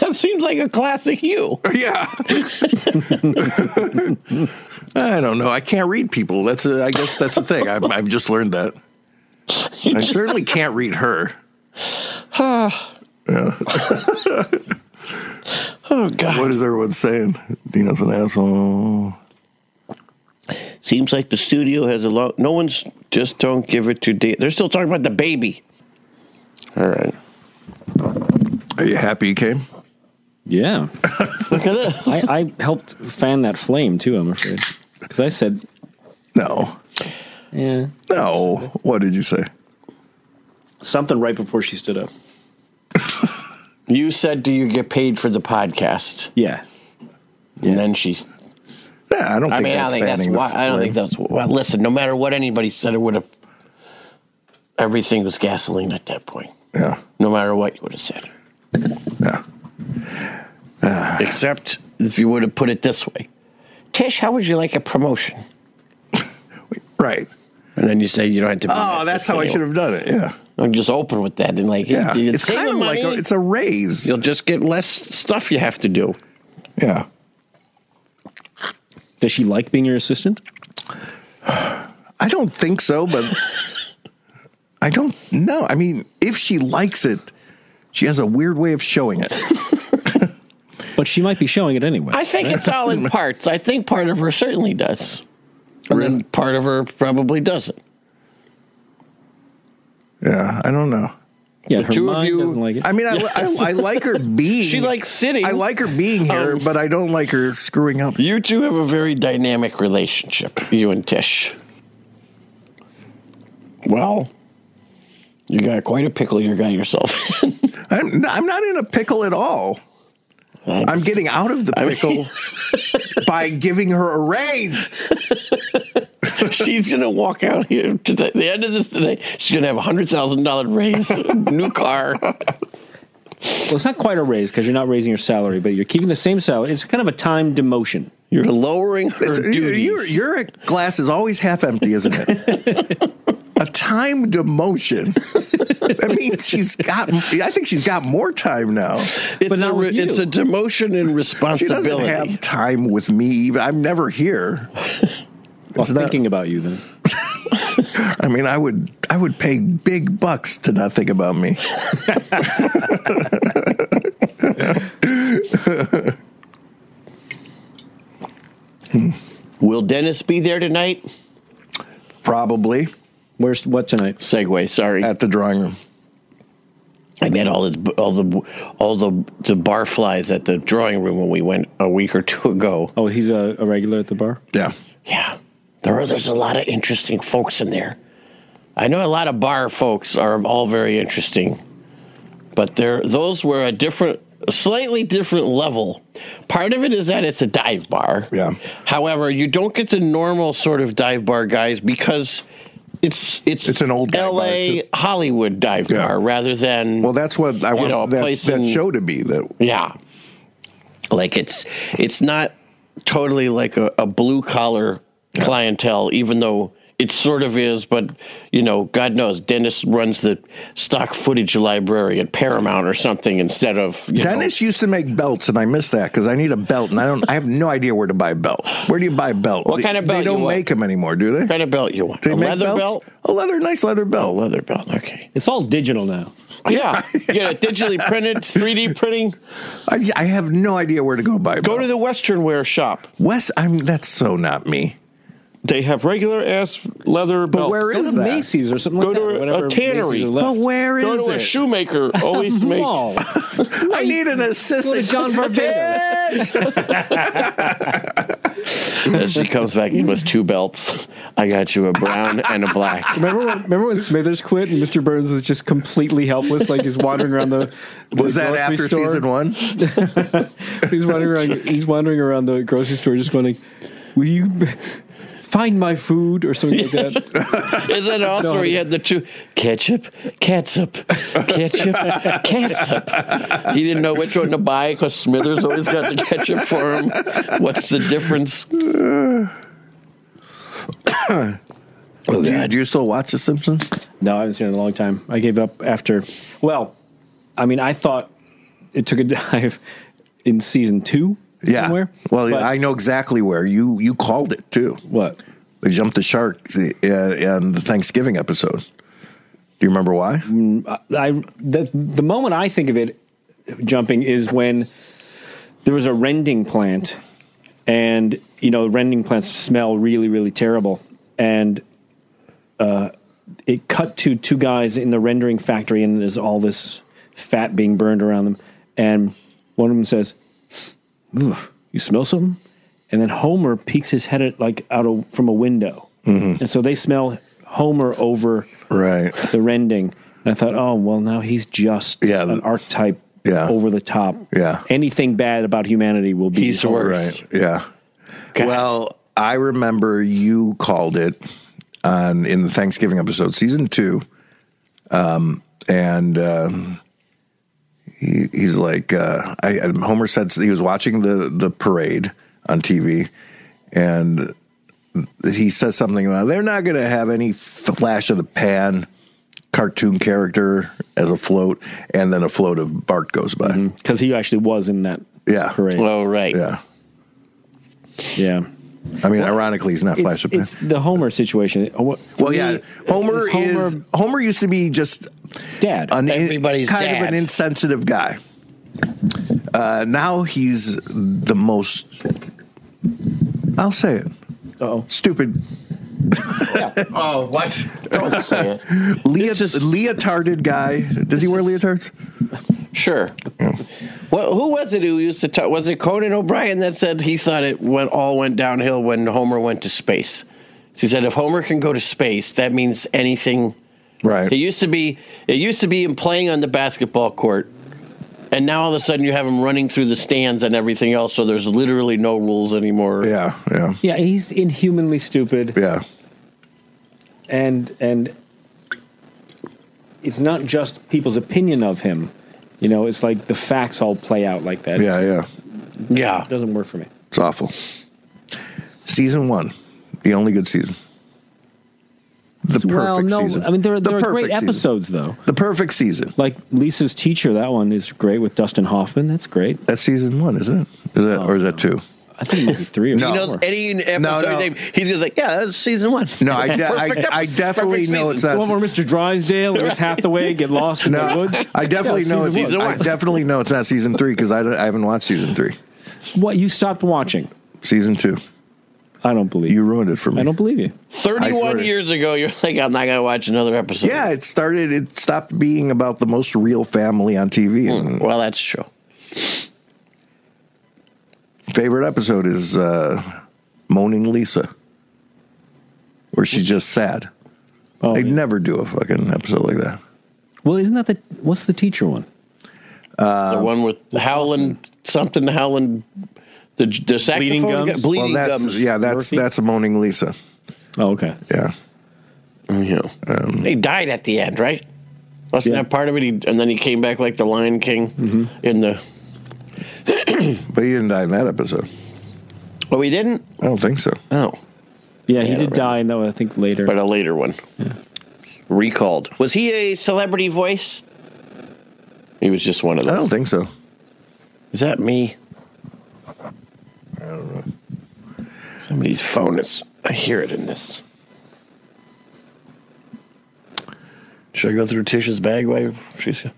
That seems like a classic you. Yeah. I don't know. I can't read people. That's a, I guess that's the thing. I've, I've just learned that. I certainly can't read her. Oh God. What is everyone saying? Dino's an asshole. Seems like the studio has a lot. No one's just don't give it to. Da- They're still talking about the baby. All right. Are you happy you came? Yeah, Look at this. I, I helped fan that flame too. I'm afraid because I said, No. yeah, No. What did you say? something right before she stood up. You said, "Do you get paid for the podcast?" Yeah, And then she Nah, I don't I think mean, I that's don't think that's fanning the why. I don't flame. think that's. Well, listen, no matter what anybody said, it would have. Everything was gasoline at that point. Yeah. No matter what you would have said. Yeah. Uh, Except if you would have put it this way Tish, how would you like a promotion? Right. And then you say you don't have to. Be Oh, that's how I should have done it. Yeah. I'm just open with that and like, Yeah. you It's save kind the of like money, a, it's a raise. you'll just get less stuff you have to do. Yeah. Does she like being your assistant? I don't think so, (laughs) but I don't know. I mean, if she likes it, she has a weird way of showing it. But she might be showing it anyway. I think it's (laughs) all in parts. I think part of her certainly does, and then part of her probably doesn't. Yeah, I don't know. yeah, her two of mind you- doesn't like it. I mean, I, I, I like her being. She likes Um, sitting. Mm. I like her being here, but I don't like her screwing up. You two have a very dynamic relationship, you and Tish. Well, you got quite a pickle you got yourself (laughs) in. I'm, I'm not in a pickle at all. I'm getting out of the mean- pickle (laughs) by giving her a raise. She's gonna walk out here to the, the end of this today. She's gonna have a hundred thousand dollar raise, (laughs) new car. well, it's not quite a raise because you're not raising your salary, but you're keeping the same salary. It's kind of a time demotion. You're lowering her It's- your- duties. Your, your glass is always half empty, isn't it? (laughs) a time demotion. That means she's got. I think she's got more time now. it's, but a, not with re- you. it's a (laughs) demotion in She responsibility. doesn't have time with me. Even I'm never here. Well, It's not- thinking about you then. I mean, I would. I would pay big bucks to not think about me. Will Dennis be there tonight? Probably Where's what tonight? Segway. Sorry, at the drawing room. I met all the all the all the the barflies at the drawing room when we went a week or two ago. Oh, he's a, a regular at the bar. Yeah. Yeah, there are, there's a lot of interesting folks in there. I know a lot of bar folks are all very interesting, but there those were a different, a slightly different level. Part of it is that it's a dive bar. Yeah. However, you don't get the normal sort of dive bar guys because it's it's It's an old dive bar, L.A. too. Hollywood dive Yeah. bar rather than Well, that's what I want know, a that, place that in- show to be. That yeah. Like it's it's not totally like a, a blue collar clientele, even though it sort of is, but you know, God knows Dennis runs the stock footage library at Paramount or something instead of you know- Dennis used to make belts, and I miss that because I need a belt, and I don't. I have no idea where to buy a belt. Where do you buy a belt? What They- kind of belt They you don't want? make them anymore, do they? what kind of belt you want. They a make leather belts? belt? A Oh, leather, nice leather A belt. leather belt, (laughs) okay. It's all digital now. Yeah. You got it digitally printed, 3D printing. I, I have no idea where to go buy. A Go belt. to the Western Wear shop. Wes. I'm. That's so not me. They have regular ass leather But belts. where Go is to that? Macy's or something Go like to that. a- or whatever a tannery. Macy's or But left. where is Go to a it? shoemaker, (laughs) always make Mall. I need an Go assistant. to John Varvatos. (laughs) Yes! And (laughs) she comes back in with two belts. I got you a brown and a black. Remember when, (laughs) remember when Smithers quit and Mr. Burns was just completely helpless, like he's wandering around the. the Was that grocery after store? season one? He's wandering around. He's wandering around the grocery store, just going, like, "Will you find my food or something like that?" Is that also where you had the two ketchup, catsup, ketchup, catsup? He didn't know which one to buy because Smithers always got the ketchup for him. What's the difference? oh, Do you, God. do you still watch The Simpsons? (laughs) No, I haven't seen it in a long time. I gave up after. Well, I mean, I thought it took a (laughs) dive in season two. Yeah. Somewhere. Well, But- I know exactly where you you called it too. What? They jumped the shark uh, in the Thanksgiving episode. Do you remember why? Mm. I the the moment I think of it jumping is when there was a rending plant, and you know rending plants smell really really terrible, and uh, it cut to two guys in the rendering factory, and there's all this fat being burned around them, and one of them says, "Ooh, "You smell something," and then Homer peeks his head at, like out of, from a window, and so they smell Homer over Right. the rending. And I thought, oh well, now he's just Yeah, an the- archetype, yeah. over the top. Yeah. Anything bad about humanity will be He's the over. worst. Right. Yeah. Okay. Well, I remember you called it on in the Thanksgiving episode, season two, um, and um, he, he's like, uh, I, and Homer said he was watching the the parade on TV, and he says something about they're not going to have any flash of the pan cartoon character as a float, and then a float of Bart goes by. because he actually was in that Yeah. parade. Oh, right. Yeah, yeah, I mean, ironically, he's not flash it's, of pan. it's the Homer situation. Oh, what- for Well, me, yeah, Homer it's Homer is Homer used to be just dad. an Everybody's kind of dad. an insensitive guy. Uh, now he's the most. I'll say it. oh, Stupid, Oh, (laughs) what? Don't say it. Lea- leotarded guy. Does he wear leotards? Sure. Well, who was it who used to talk? Was it Conan O'Brien that said he thought it went all went downhill when Homer went to space? He said if Homer can go to space, that means anything. Right. It used to be it used to be him playing on the basketball court, and now all of a sudden you have him running through the stands and everything else. So there's literally no rules anymore. yeah, yeah, yeah, he's inhumanly stupid. yeah. and and it's not just people's opinion of him. You know, it's like the facts all play out like that. Yeah, yeah. yeah. It doesn't work for me. It's awful. Season one, the only good season. The perfect well, no, season. I mean there are, The there are great perfect season. episodes though. The perfect season. Like Lisa's teacher, that one is great with Dustin Hoffman. That's great. That's season one, isn't it? Is that, or is that two? I think maybe three or No. He four. knows any episode No, no. name. He's just like, yeah, that's season one. No, I, de- I, (laughs) Perfect ep- I definitely perfect know season. it's not. The one where Mr. Drysdale and Miss Hathaway get lost in the No, woods. I definitely Yeah, know season it's. one. I definitely know it's not season three because I, don't- I haven't watched season three. What you stopped watching? Season two, I don't believe you you. ruined it for me. I don't believe you. I swear. 31 years ago, you're like, I'm not going to watch another episode. yeah, it started. It stopped being about the most real family on TV. And Well, that's true. favorite episode is uh, "Moaning Lisa," where she's just sad. Oh, They'd yeah. never do a fucking episode like that. well, isn't that the what's the teacher one? the one with Howland, something Howland, the, the saxophone, Bleeding Gums? guy- bleeding well, that's gums. yeah, that's Murphy? that's a "Moaning Lisa." Oh, okay. Yeah, Yeah. he died at the end, right? Wasn't Yeah. that part of it? He, and then he came back like the Lion King in the. but he didn't die in that episode. Oh, he didn't? I don't think so. Oh, Yeah, he I did don't die, and that was, I think later. but a later one. Recalled. Was he a celebrity voice? He was just one of I those. don't think so. Is that me? Somebody's phone is. I hear it in this. Should I go through Tisha's bag while she's? we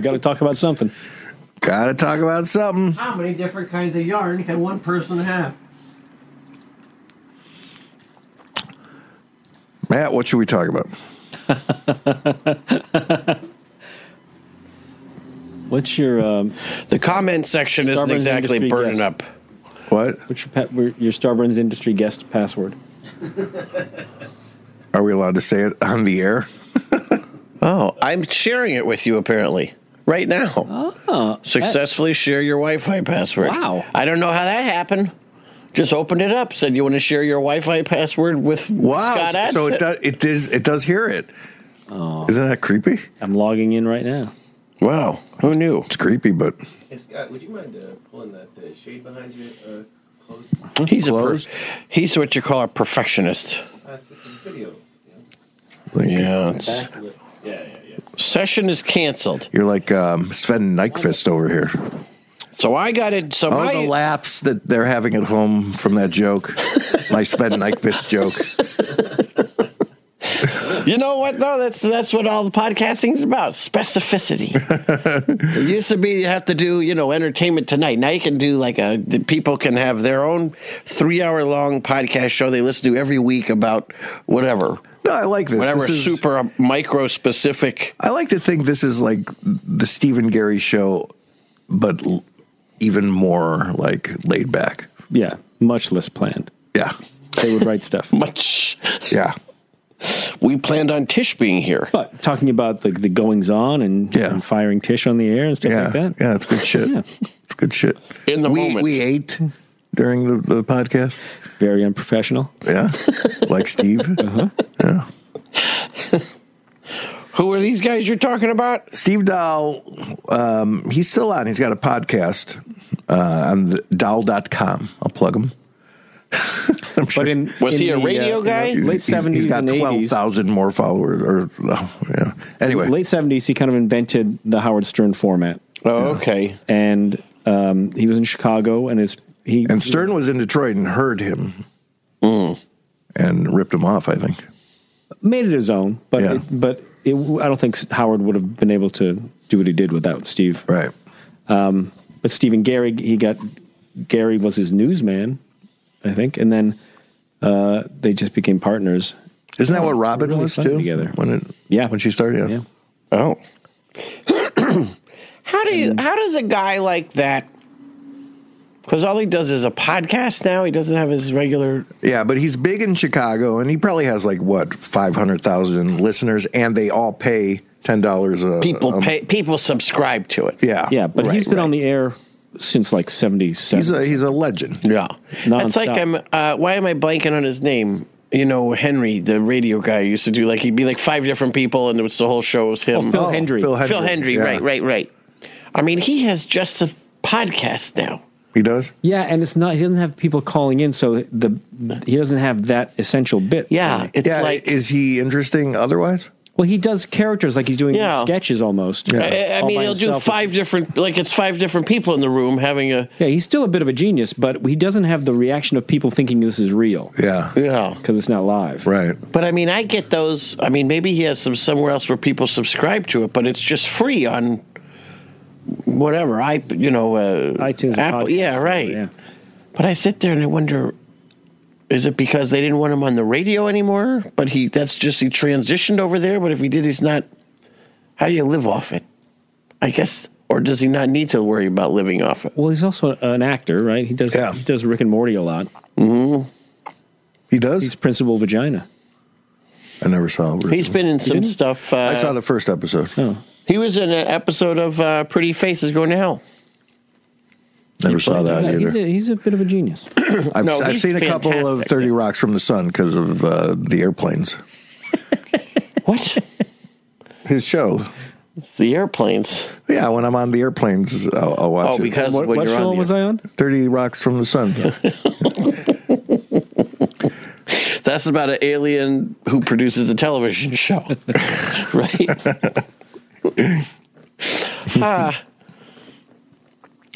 got to talk about something. Gotta talk about something. How many different kinds of yarn can one person have? Matt, what should we talk about? What's your um, The comment section Starburns isn't exactly Industry burning up. guest. What? what's your pet, your Starburns industry guest password? Are we allowed to say it on the air? Oh, I'm sharing it with you apparently right now. Oh, Successfully share your Wi-Fi password. Wow. I don't know how that happened. Just opened it up. Said you want to share your Wi-Fi password with Wow! Scott. Adsit. so it does. It does. It does hear it. Oh. Isn't that creepy? I'm logging in right now. Wow. Who knew? It's creepy, but Hey, Scott, would you mind uh, pulling that uh, shade behind you? Uh, close. He's Closed? a per- he's what you call a perfectionist. Uh, That's just a video. like, Yeah. it's- Yeah, yeah, yeah. session is canceled. you're like um, Sven Nykvist over here. So I got it. So Oh, my the laughs that they're having at home from that (laughs) joke, my Sven Nykvist joke. you know what though? That's that's what all the podcasting's (laughs) about. Specificity. it used to be you have to do you know entertainment tonight. Now you can do like a the people can have their own three hour long podcast show they listen to every week about whatever, No, I like this. whatever This is- super micro specific. I like to think this is like the Stephen Gary show, but l- even more like laid back. Yeah, much less planned. Yeah, They would write stuff. Much yeah, we planned on Tish being here. But talking about the, the goings on and, Yeah. and firing Tish on the air and stuff yeah, like that. yeah. It's good shit. Yeah. It's good shit. In the we, moment. we ate during the, the podcast. Very unprofessional. (laughs) Yeah, like Steve. Uh-huh. Yeah, Who are these guys you're talking about? Steve Dahl. Um, he's still on. He's got a podcast uh, on the, Dahl.com. I'll plug him. I'm sure But in Was in he a the, uh, radio in guy? the he's- Late he's- he's seventies got and twelve eighties. thousand more followers. Or oh, yeah. Anyway, Late seventies, he kind of invented the Howard Stern format, Oh, okay. and um, he was in Chicago, and his he and Stern was in Detroit and heard him Mm. and ripped him off. I think. made it his own. But Yeah. it, but it, I don't think Howard would have been able to do what he did without Steve. Right. But Stephen Gary, he got Gary was his newsman, I think, and then uh, they just became partners. Isn't that what Robin really was funny too? together. When it, Yeah. when she started. Yeah. Oh. (clears throat) how do you how does a guy like that because all he does is a podcast now. He doesn't have his regular. Yeah, but he's big in Chicago, and he probably has like what five hundred thousand listeners, and they all pay ten dollars a People a- pay. People subscribe to it. Um, Yeah, Yeah, but Right, he's been right. on the air since like seventy he's a seven. he's a legend. Yeah, it's like I'm. Nonstop. Uh, why am I blanking on his name? You know, Henry, the radio guy, used to do like he'd be like five different people, and it was the whole show was him. Oh, Phil Hendry. Oh, Phil Hendry, Phil Hendry, yeah. right, right, right. I mean, he has just a podcast now. He does. Yeah, and it's not he doesn't have people calling in, so the he doesn't have that essential bit. Yeah, it's yeah, like is he interesting otherwise? Well, he does characters like he's doing Yeah. sketches almost. Yeah. I, I All mean, by he'll do himself. five different, like it's five different people in the room having a. Yeah, he's still a bit of a genius, but he doesn't have the reaction of people thinking this is real Yeah, Yeah. because it's not live. right. But I mean, I get those. I mean, maybe he has some somewhere else where people subscribe to it, but it's just free on whatever. I, you know, uh, iTunes, and Apple. podcasts, Yeah, right. Yeah. But I sit there and I wonder. Is it because they didn't want him on the radio anymore? But he, that's just, he transitioned over there. But if he did, he's not, how do you live off it? I guess, or does he not need to worry about living off it? Well, he's also an actor, right? He does Yeah. he does Rick and Morty a lot. He does. He's principal vagina. I never saw. Him. He's Oh. been in some stuff. Uh, I saw the first episode. He was in an episode of uh, Pretty Faces Going to Hell. Never saw that Yeah, he's, either. a, he's a bit of a genius. I've, No, I've he's seen a couple of fantastic. Thirty Rocks from the Sun because of uh, the airplanes. (laughs) What? His show. the airplanes. Yeah, when I'm on the airplanes, I'll, I'll watch Oh, it. because what when what you're show on the- was I on? Thirty Rocks from the Sun. that's about an alien who produces a television (laughs) show, right? (laughs) Ah.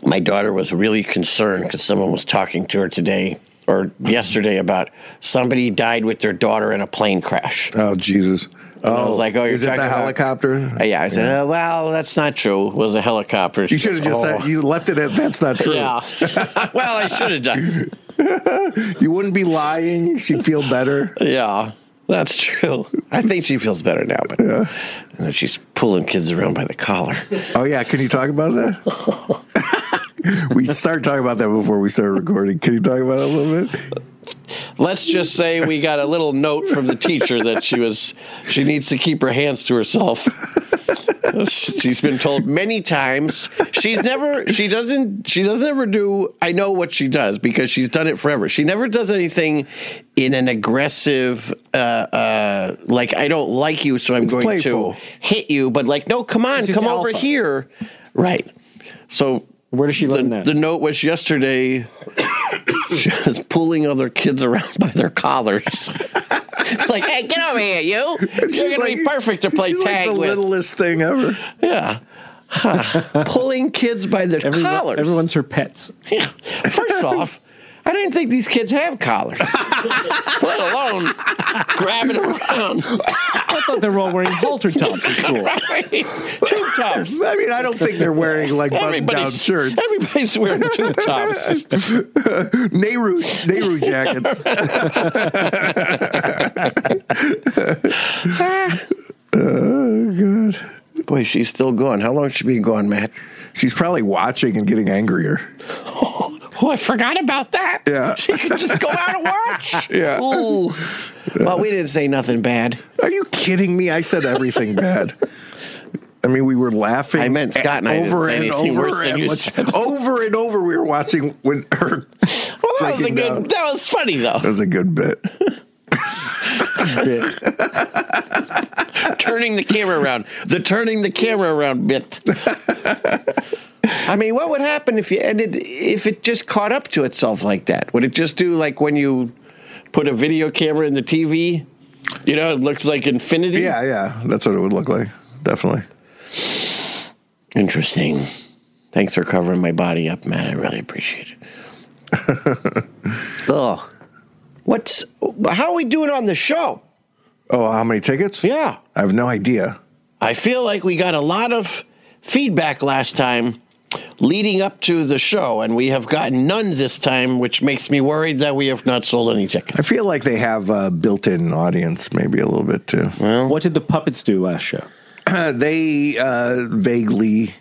my daughter was really concerned because someone was talking to her today or yesterday about somebody died with their daughter in a plane crash. Oh Jesus! Oh, was like, oh, you're is it the talking about- helicopter? Uh, Yeah, I said, uh, well, that's not true. It was a helicopter. Oh. You should have just said you left it at that's not true. Yeah. (laughs) well, I should have done. You wouldn't be lying. She'd feel (laughs) better. Yeah, that's true. I think she feels better now, but you know, she's pulling kids around by the collar. Oh yeah, can you talk about that? (laughs) we started talking about that before we started recording. Can you talk about it a little bit? Let's just say we got a little note from the teacher that she was she needs to keep her hands to herself. She's been told many times she's never she doesn't she doesn't ever do I know what she does because she's done it forever. She never does anything in an aggressive uh uh like I don't like you so I'm It's going playful. to hit you but like no come on just come over alpha. here. Right. So Where does she the, learn that? the note was yesterday (coughs) she was pulling other kids around by their collars (laughs) like hey get over here you you're She's gonna be like- perfect to play she's like tag the with littlest thing ever. yeah Huh. (laughs) pulling kids by their Everyone- collars everyone's her pets. Yeah. (laughs) first off I didn't think these kids have collars, (laughs) let alone grabbing around. I thought they were all wearing halter (laughs) tops at school. tube tops. I mean, I don't think they're wearing like button-down Everybody's, shirts, everybody's wearing tube (laughs) tops. (laughs) Nehru Nehru jackets. (laughs) oh god. Boy, she's still gone. How long has she been gone, Matt? She's probably watching and getting angrier. Oh, I forgot about that. Yeah. (laughs) She could just go out and (laughs) watch. Yeah. Ooh. Well, we didn't say nothing bad. Are you kidding me? I said everything bad. I mean, we were laughing. I meant Scott and I didn't over say and anything over worse than and you watch- said. over and over. We were watching when her. Well, that was a breaking good. down. That was funny That (laughs) though. was a good (laughs) bit. turning the camera around. The turning the camera around (laughs) bit. I mean, what would happen if you ended if it just caught up to itself like that? Would it just do like when you put a video camera in the TV? You know, it looks like infinity. Yeah, yeah, that's what it would look like. Definitely. Interesting. Thanks for covering my body up, Matt. I really appreciate it. (laughs) Oh, what's how are we doing on the show? Oh, how many tickets? Yeah, I have no idea. I feel like we got a lot of feedback last time leading up to the show, and we have gotten none this time, which makes me worried that we have not sold any tickets. I feel like they have a built-in audience, maybe a little bit too. What did the puppets do last show? (clears throat) they uh, vaguely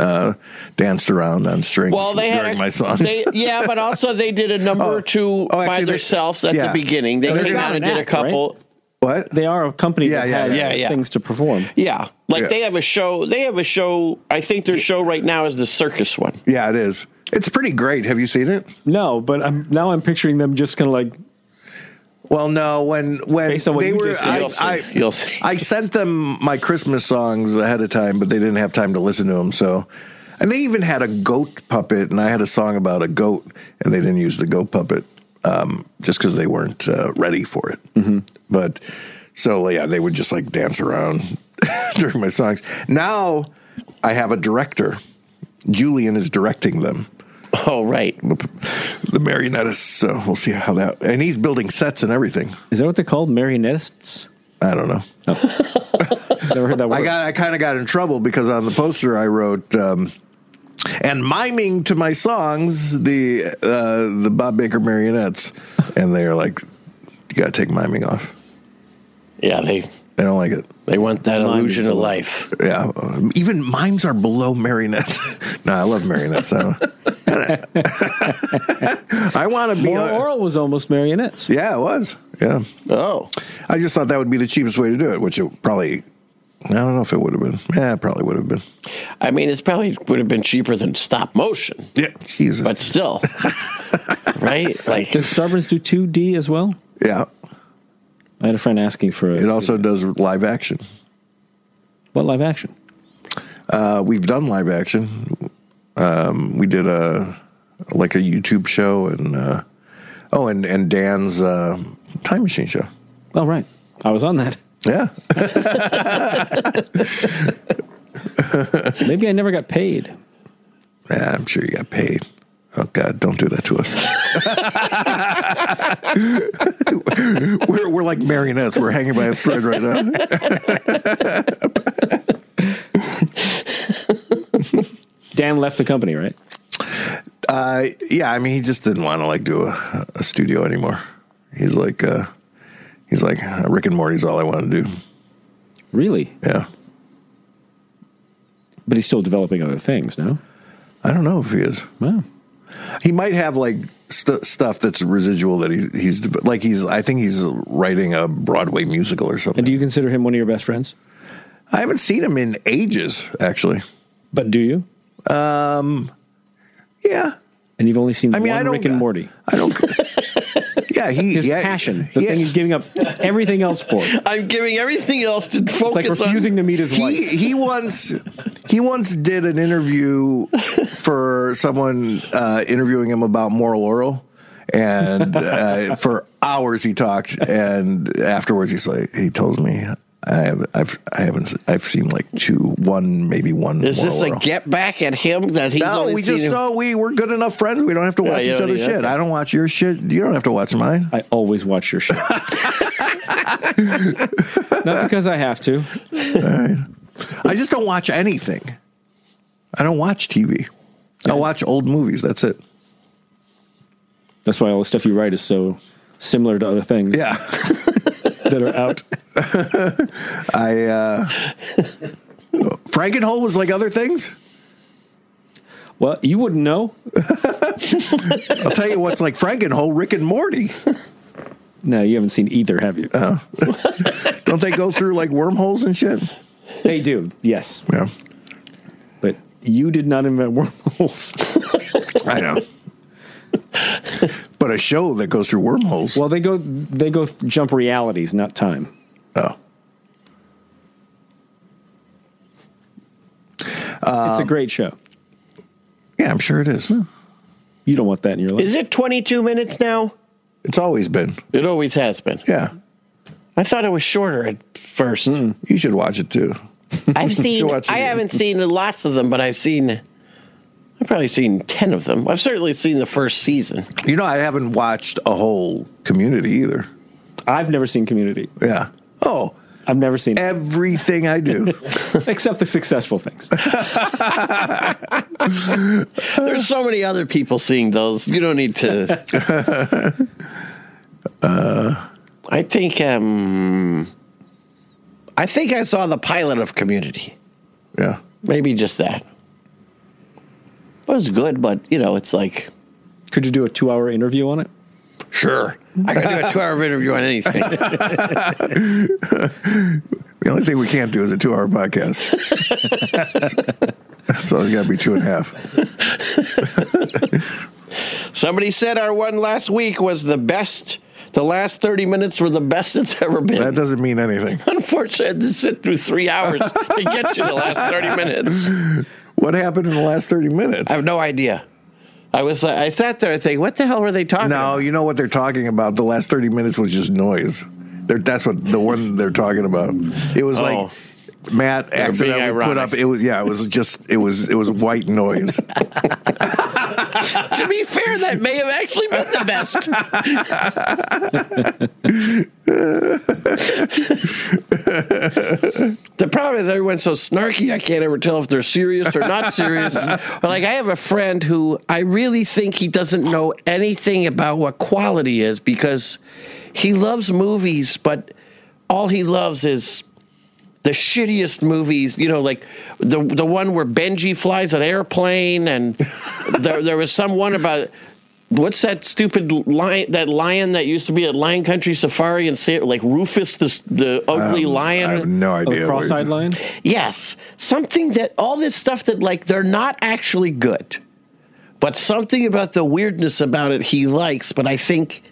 uh, danced around on strings (laughs) Well, they during had my songs. they- yeah, but also they did a number or (laughs) two Oh, by actually, they- themselves at yeah. the beginning. They They're came gonna- out and did a Act, right? couple. (laughs) what? They are a company Yeah, that yeah, has yeah, yeah. things to perform. Yeah, like Yeah. they have a show. They have a show. I think their show right now is the circus one. Yeah, it is. It's pretty great. Have you seen it? No, but I'm now I'm picturing them just kind of like Well, no. When when Based on what they you were, just said. I, You'll see. I, You'll see. (laughs) I sent them my Christmas songs ahead of time, but they didn't have time to listen to them. So, and they even had a goat puppet, and I had a song about a goat, and they didn't use the goat puppet um, just because they weren't uh, ready for it. But so yeah, they would just like dance around (laughs) during my songs. Now I have a director. Julian is directing them Oh, right. the, the marionettists. So we'll see how that. And he's building sets and everything. is that what they're called? Marionettists? I don't know. Never heard that (laughs) word. I got. I kind of got in trouble because on the poster I wrote. Um, and miming to my songs, the uh, the Bob Baker marionettes, and they're like, "You got to take miming off." Yeah, they They don't like it. they want that illusion of life. Yeah, um, even mimes are below (laughs) marionettes. no, I love marionettes. I, don't- (laughs) I want to be. Moral Oral was almost marionettes. yeah, it was. Yeah. Oh, I just thought that would be the cheapest way to do it, which it probably. I don't know if it would have been. Yeah, it probably would have been. I mean, it's probably would have been cheaper than stop motion, Yeah, Jesus. but (laughs) still, right? Like, Does Starburns do 2D as well? yeah, I had a friend asking for it a, also does live action. what live action? Uh, we've done live action. Um, we did a like a YouTube show and uh, oh, and and Dan's uh, time machine show. Oh right, I was on that. Yeah, Maybe I never got paid. (laughs) yeah. I'm sure you got paid. Oh God, don't do that to us. (laughs) we're we're like marionettes. We're hanging by a thread right now. Dan left the company, right? Uh, yeah, I mean, he just didn't want to like do a, a studio anymore. He's like, uh, he's like Rick and Morty's all I want to do. Really? Yeah, But he's still developing other things, no? I don't know if he is. Wow. He might have like st- stuff that's residual that he, he's dev- like he's. I think he's writing a Broadway musical or something. And do you consider him one of your best friends? I haven't seen him in ages, actually. But do you? Yeah, And you've only seen I mean, one I don't- Rick and Morty. I (laughs) don't. yeah, he His yeah, passion, the yeah. thing he's giving up everything else for. It's I'm giving everything else to focus like refusing to meet his he wife. he once he once did an interview for someone uh, interviewing him about moral oral and uh, for hours he talked and afterwards he's like he tells me I have I've I haven't I've seen like two one maybe one on. Is moral this a oral. get back at him that he's no, only we seen just him- know we we're good enough friends. We don't have to watch you each don't other's need- shit. okay. I don't watch your shit. You don't have to watch mine. I always watch your show. Not because I have to. I just don't watch anything. I don't watch TV. I watch old movies. That's it. That's why all the stuff you write is so similar to other things (laughs) Yeah. that are out. I uh Frankenhole was like other things. Well, you wouldn't know. I'll tell you what's like Frankenhole, Rick and Morty. No, you haven't seen either, have you? Don't they go through like wormholes and shit? They do, yes. Yeah, But you did not invent wormholes. I know. but a show that goes through wormholes. (laughs) well, they go they go jump realities, not time. oh, it's a great show. yeah, I'm sure it is. You don't want that in your life. Is it 22 minutes now? It's always been. It always has been. Yeah, I thought it was shorter at first. you should watch it too. I've seen. Should watch it I again. haven't seen lots of them, but I've seen. I've probably seen ten of them. I've certainly seen the first season. You know, I haven't watched a whole Community either. I've never seen Community. Yeah. Oh, I've never seen it, everything I do. (laughs) except the successful things. There's so many other people seeing those. You don't need to. I think. Um, I think I saw the pilot of Community. yeah. Maybe just that. It was good, but you know, it's like Could you do a two-hour interview on it? sure. I could do a two-hour interview on anything. The only thing we can't do is a two hour podcast. it's always got to be two and a half. Somebody said our one last week was the best. The last 30 minutes were the best it's ever been. (laughs) That doesn't mean anything. (laughs) Unfortunately, I had to sit through three hours to get to the last 30 minutes. (laughs) What happened in the last 30 minutes? I have no idea. I was like, I sat there and think, what the hell were they talking No, about? you know what they're talking about. The last 30 minutes was just noise. They're, that's what the one they're talking about. It was Oh. like Matt accidentally put ironic. up. It was yeah. It was just it was it was white noise. to be fair, that may have actually been the best. the problem is everyone's so snarky. I can't ever tell if they're serious or not serious. but like, I have a friend who I really think he doesn't know anything about what quality is because he loves movies, but all he loves is the shittiest movies, you know, like the the one where Benji flies an airplane, and there there was some one about what's that stupid lion that lion that used to be at Lion Country Safari and say like Rufus the the ugly I have lion. no Oh, idea. the what you're- cross-eyed lion. Yes, something that all this stuff that like they're not actually good, but something about the weirdness about it he likes. But I think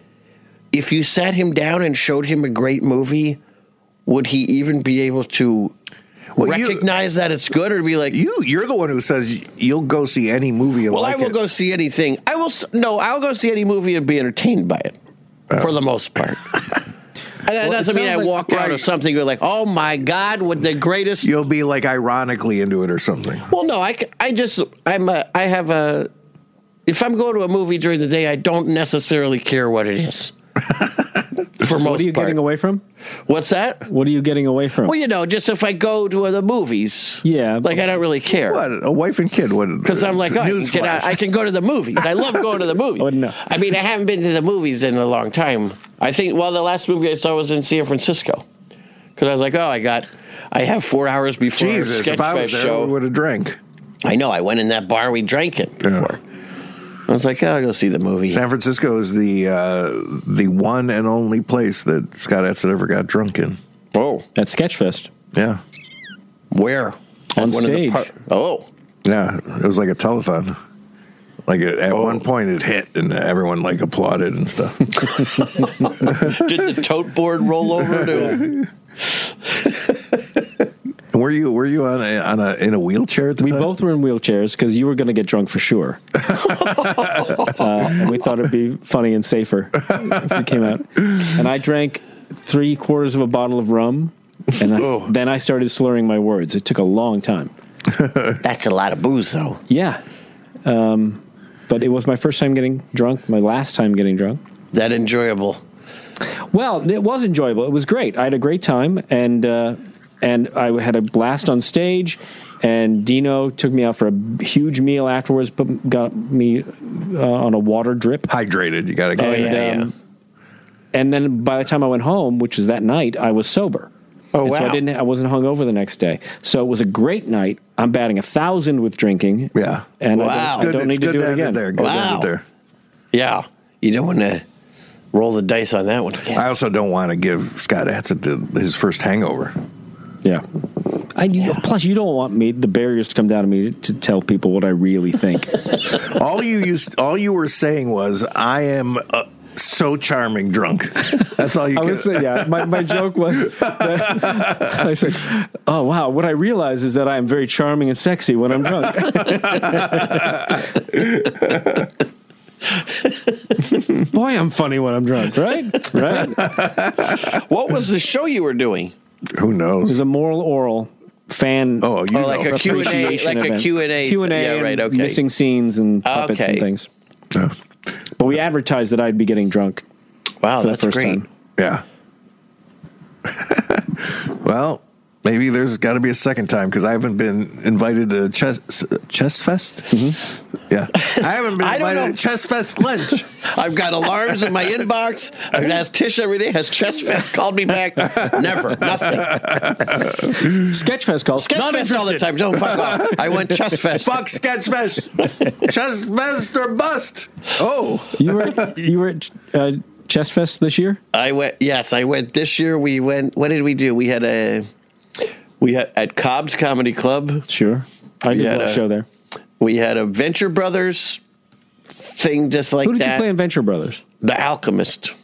if you sat him down and showed him a great movie, would he even be able to Well, you, recognize that it's good or be like, you you're the one who says you'll go see any movie and well, like I will it. go see anything. I will, s- no, I'll go see any movie and be entertained by it Uh, for the (laughs) most part. And that it doesn't mean I sounds like- walk out of Right. something and go like, oh my God, what the greatest. You'll be like ironically into it or something. Well, no, I, c- I just, I'm a, I have a, if I'm going to a movie during the day, I don't necessarily care what it is. for most What are you part. getting away from? What's that? What are you getting away from? Well, you know, just if I go to the movies, Yeah. like I don't really care. What a wife and kid. What? Because I'm like, oh, I can, Newsflash. get out, I can go to the movies. I love going to the movies. Oh, no. I mean, I haven't been to the movies in a long time. I think, well, the last movie I saw was in San Francisco. Because I was like, oh, I got, I have four hours before our Jesus, sketch if I was fest there, show. we would have drank. I know, I went in that bar we drank in Yeah. before. I was like, oh, I'll go see the movie. San Francisco is the uh, the one and only place that Scott Etzett ever got drunk in. oh, at Sketchfest. Yeah, where? On At one of the stage. par- oh. yeah, it was like a telethon. Like at, at one point, it hit, and everyone like applauded and stuff. (laughs) Did the tote board roll over (laughs) to and were you were you on a, on a in a wheelchair at the We time? both were in wheelchairs because you were going to get drunk for sure. uh, and we thought it'd be funny and safer if we came out. And I drank three quarters of a bottle of rum, and I, then I started slurring my words. It took a long time. That's a lot of booze, though. Yeah, um, but it was my first time getting drunk. My last time getting drunk. That enjoyable. Well, it was enjoyable. It was great. I had a great time, and uh, and I had a blast on stage. And Dino took me out for a huge meal afterwards, but got me uh, on a water drip. hydrated. You got to get. and, um, yeah, yeah. and then by the time I went home, which was that night, I was sober. Oh, And So wow. I didn't. I wasn't hungover the next day. So it was a great night. I'm batting a thousand with drinking. Yeah. And Wow. I Good, don't, I don't it's need to good do to it end again. it there. Good to end Wow. it there. Yeah. You don't want to roll the dice on that one. I also don't want to give Scott Etzett the, his first hangover. Yeah. I, you, Plus, you don't want me the barriers to come down to me to, to tell people what I really think. all you used, all you were saying was, "I am uh, so charming drunk." (laughs) That's all you. (laughs) I could. was saying, yeah, my, my joke was that (laughs) I said, oh, wow, what I realize is that I am very charming and sexy when I'm (laughs) drunk. Boy, I'm funny when I'm drunk, right? Right? (laughs) It (laughs) What was the show you were doing? Who knows? was a moral oral fan. Oh, you Oh, like know. a Q and A, appreciation like a event. Q and A, Q&A Yeah, right. Okay. missing scenes and puppets Okay. and things. But we advertised that I'd be getting drunk Wow, for that's the first great. time. Yeah. (laughs) well, maybe there's got to be a second time because I haven't been invited to chess chess fest. Yeah, I haven't been (laughs) I don't invited know. to chess fest lunch. I've got alarms (laughs) in my inbox. I've asked Tish every day. Has Chess Fest called me back? Never. (laughs) Nothing. Sketchfest calls. Sketch Not Fest all the interested. time. Don't fuck off. I went (laughs) Chess Fest. Fuck sketch fest, chess fest or bust. Oh, You were you were at uh, Chess Fest this year. I went. Yes, I went this year. We went. What did we do? We had a. We had at Cobb's Comedy Club. Sure, I did Yeah, one uh, show there. We had a Venture Brothers thing, just like Who did that. you play in Venture Brothers? The Alchemist,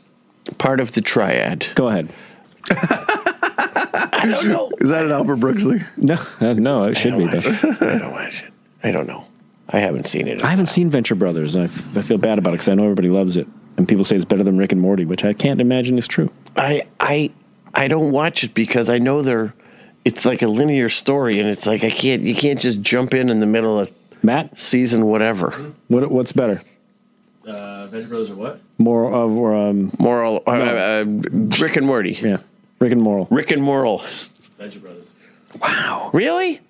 part of the triad. Go ahead. (laughs) I don't know. is that an Albert Brooksley? No, uh, no, it should be. watch Though. it. I don't watch it. I don't know. I haven't seen it. I haven't seen Venture Brothers, and I, f- I feel bad about it because I know everybody loves it, and people say it's better than Rick and Morty, which I can't imagine is true. I I I don't watch it because I know they're. It's like a linear story, and it's like I can't. You can't just jump in in the middle of Matt, season whatever. what what's better, Uh, Venture Brothers or what? moral of or um, Moral. Uh, uh, Rick and Morty. yeah, Rick and Moral? Rick and Moral. Venture Brothers. Really?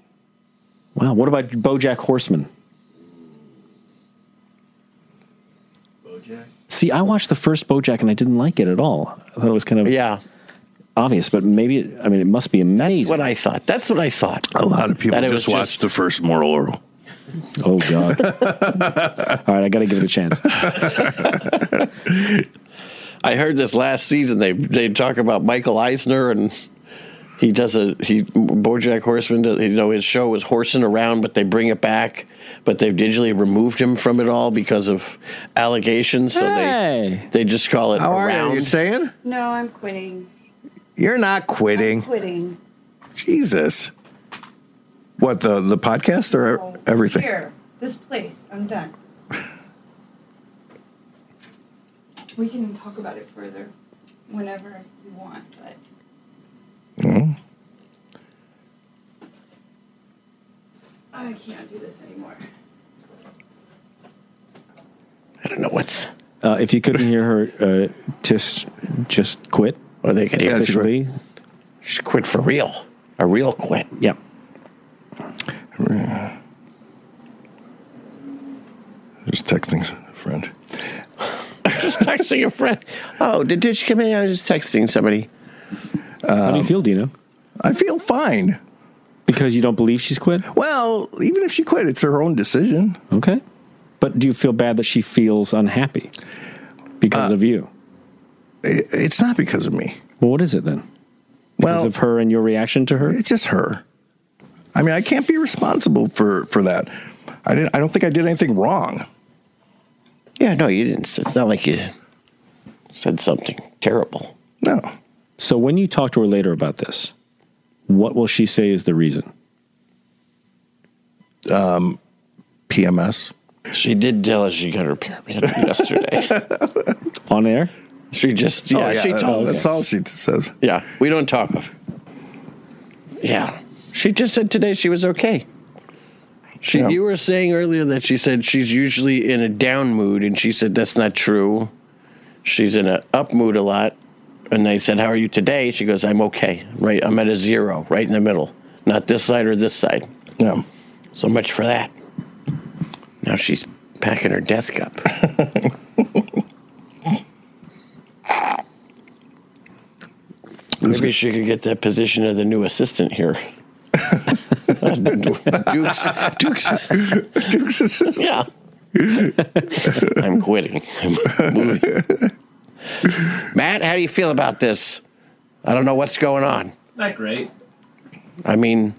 Wow, what about BoJack Horseman? BoJack. See, I watched the first BoJack and I didn't like it at all. I thought it was kind of Yeah. obvious, but maybe it, I mean it must be amazing. What I thought. That's what I thought. A lot of people That it just was watched just- the first moral oral. (laughs) Oh God! All right, I got to give it a chance. I heard this last season. They they talk about Michael Eisner and he does a he BoJack Horseman. Does, you know his show was horsing around, but they bring it back. But they've digitally removed him from it all because of allegations. So Hey. they they just call it How are around. you? You staying? No, I'm quitting. You're not (laughs) quitting. quitting. Jesus. What the the podcast or everything? Here, this place. I'm done. we can talk about it further whenever you want, but Mhm. I can't do this anymore. I don't know what's. Uh, if you couldn't hear her, uh, just just quit Or they could hear. Yeah, she- officially. Just quit for real. A real quit. (laughs) Yeah. Just texting a friend. Just texting a friend. Oh, did, did she come in? I was just texting somebody. How Um, do you feel, Dino? I feel fine. Because you don't believe she's quit. Well, even if she quit, it's her own decision. Okay. But do you feel bad that she feels unhappy because Uh, of you? It, it's not because of me. Well, what is it then? Because Well, of her and your reaction to her? it's just her. I mean, I can't be responsible for for that. I didn't. I don't think I did anything wrong. Yeah, no, you didn't. It's not like you said something terrible. No. So when you talk to her later about this, what will she say is the reason? PMS. She did tell us she got her pyramid (laughs) yesterday. On air? she just yeah, Oh, she that- told That's us. all she says. Yeah, we don't talk of. it. Yeah, she just said today she was okay. She, Yeah. you were saying earlier that she said she's usually in a down mood, and she said that's not true. She's in a up mood a lot, and they said, "How are you today?" She goes, "I'm okay. Right, I'm at a zero, right in the middle, not this side or this side." Yeah. So much for that. Now she's packing her desk (laughs) up. Maybe she could get that position of the new assistant here. (laughs) Duke's, Duke's, Duke's is- yeah. (laughs) I'm quitting. I'm moving. Matt, how do you feel about this? I don't know what's going on. Not great. I mean,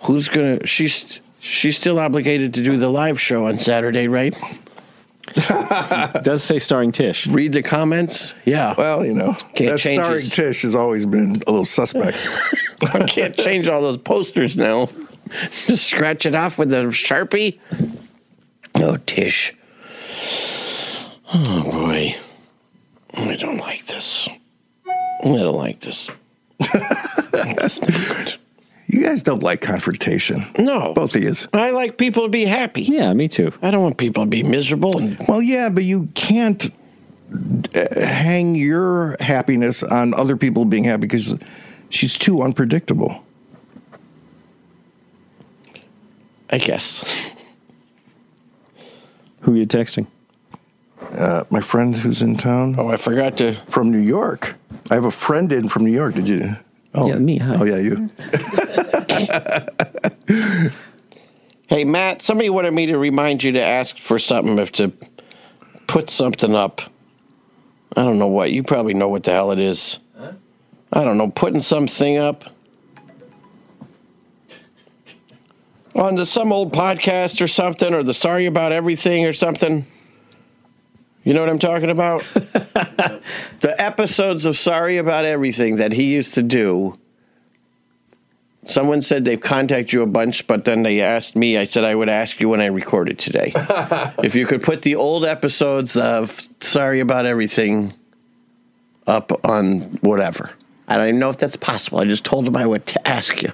who's gonna? She's she's still obligated to do the live show on Saturday, right? It does say starring Tish. Read the comments. Yeah, (laughs) Well, you know, Can't that change starring his- Tish has always been a little (laughs) suspect. I can't change all those posters now. Just scratch it off with a sharpie. No, Tish. Oh boy, I don't like this. I don't like this. That's not good. you guys don't like confrontation. No, Both of you. I like people to be happy. Yeah, me too. I don't want people to be miserable. And Well, yeah, but you can't uh, hang your happiness on other people being happy because she's too unpredictable. I guess. Who are you texting? Uh, my friend who's in town Oh, I forgot to. from New York. I have a friend in from New York. Did you? Oh, Yeah, me, hi. Oh, yeah, you. Hey, Matt, somebody wanted me to remind you to ask for something if to put something up. I don't know what. You probably know what the hell it is. I don't know. Putting something up on the some old podcast or something, or the sorry about everything or something. You know what I'm talking about? the episodes of Sorry About Everything that he used to do someone said they've contacted you a bunch, but then they asked me. I said I would ask you when I recorded (laughs) today if you could put the old episodes of Sorry About Everything up on whatever. I don't even know if that's possible. I just told them I would t- ask you.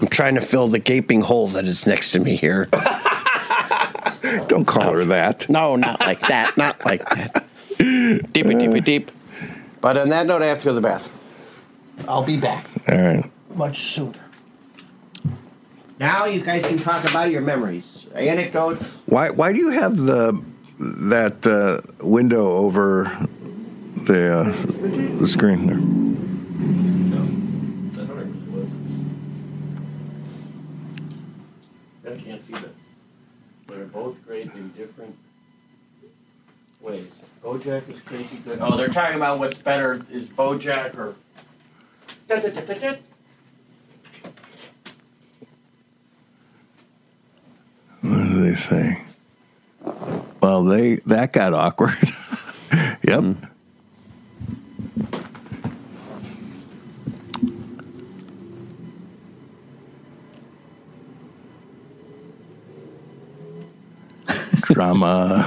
I'm trying to fill the gaping hole that is next to me (laughs) here. Don't call her that. No, not like that. Not like that. Deep, deep, deep. Uh. But on that note, I have to go to the bathroom. I'll be back All right. much sooner. Now you guys can talk about your memories, anecdotes. Why? Why do you have the that uh, window over the uh, the screen there? I thought I really was. I can't see them. They're both great in different ways. Bojack is crazy good. Oh, they're talking about what's better is BoJack or. What do they say? Well, they that got awkward. (laughs) yep. Drama.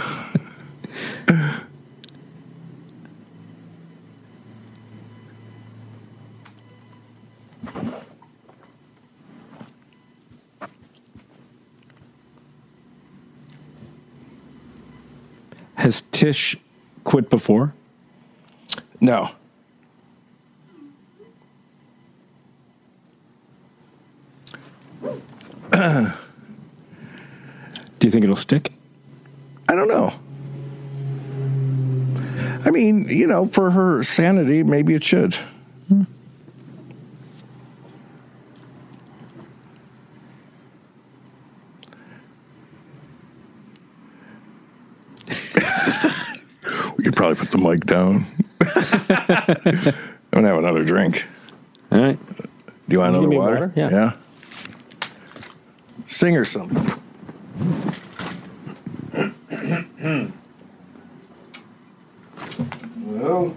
Has Tish quit before? (laughs) No. Do you think it'll stick? I don't know. I mean, you know, for her sanity, maybe it should. we could probably put the mic (laughs) down. I'm gonna have another drink. All right. Do you want Give another me water? water? Yeah. Sing or something. well,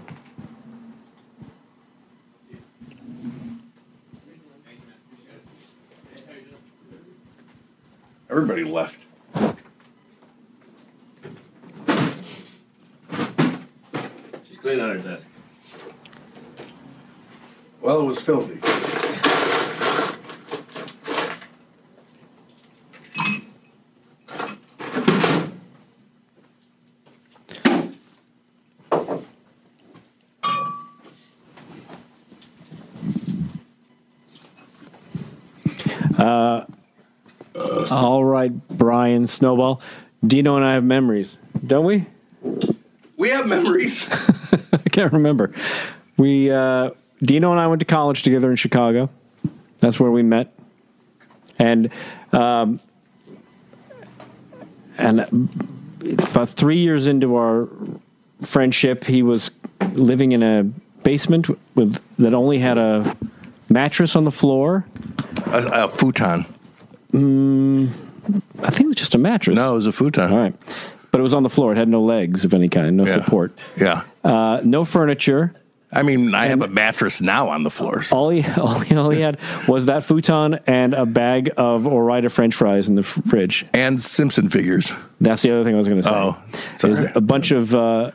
everybody left. She's cleaning out her desk. Well, it was filthy. All right, Brian Snowball. Dino and I have memories, don't we? (laughs) We have memories. I can't remember. We uh, Dino and I went to college together in Chicago. That's where we met, and um, and about three years into our friendship, he was living in a basement with that only had a mattress on the floor A, a futon. I think it was just a mattress. No, it was a futon. All right. But it was on the floor. It had no legs of any kind, no Yeah. support, Yeah. uh, no furniture. I mean, I have a mattress now on the floor. so- All he, (laughs) all, he, all he had was that futon and a bag of Orida French fries in the fr- fridge. And Simpson figures. That's the other thing I was going to say. Oh, is sorry. a bunch of uh,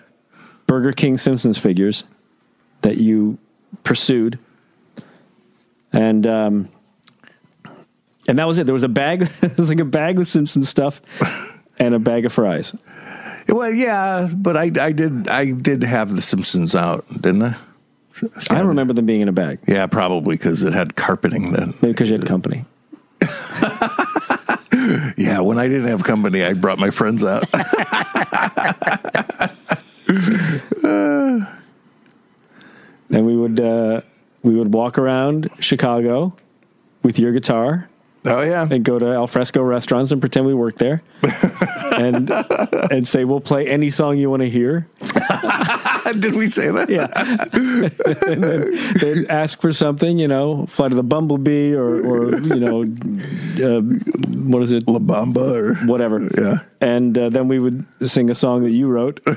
Burger King Simpsons figures that you pursued, and um, and that was it. There was a bag. (laughs) it was like a bag with (laughs) Simpson stuff and a bag of fries. Well, yeah, but I, I did I did have the Simpsons out, didn't I? I remember them being in a bag Yeah, probably because it had carpeting then. maybe because you had company. Yeah, when I didn't have company, I brought my friends (laughs) out. (laughs) And we would uh, we would walk around Chicago with your guitar oh yeah, and go to al fresco restaurants and pretend we worked there, and and say we'll play any song you want to hear. (laughs) did we say that? yeah. and then they'd ask for something, you know, fly to the bumblebee or, or you know, uh, what is it? La Bamba or Whatever. Yeah. And uh, then we would sing a song that you wrote, like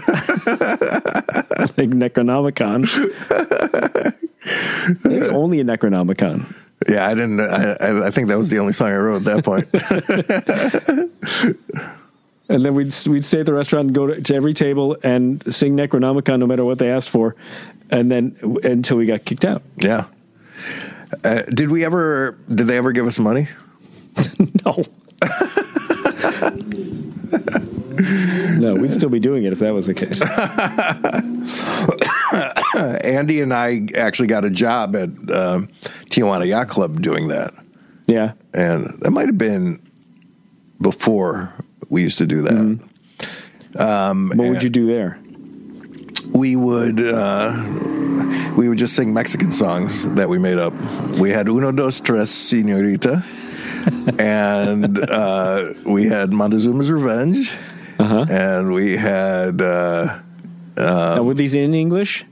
Necronomicon. Maybe only a Necronomicon. Yeah, I didn't. I, I- I think that was the only song I wrote at that (laughs) point. And then we'd we'd stay at the restaurant and go to, to every table and sing Necronomicon no matter what they asked for, and then until we got kicked out. yeah. Uh, did we ever? Did they ever give us money? (laughs) No. (laughs) no, we'd still be doing it if that was the (laughs) case. Uh, Andy and I actually got a job at um, Tijuana Yacht Club doing that, Yeah. and that might have been before we used to do that. What would you do there? we would uh, we would just sing Mexican songs that we made up. We had Uno Dos Tres Senorita, and uh, we had Montezuma's Revenge, and we had uh, Now, were these in English?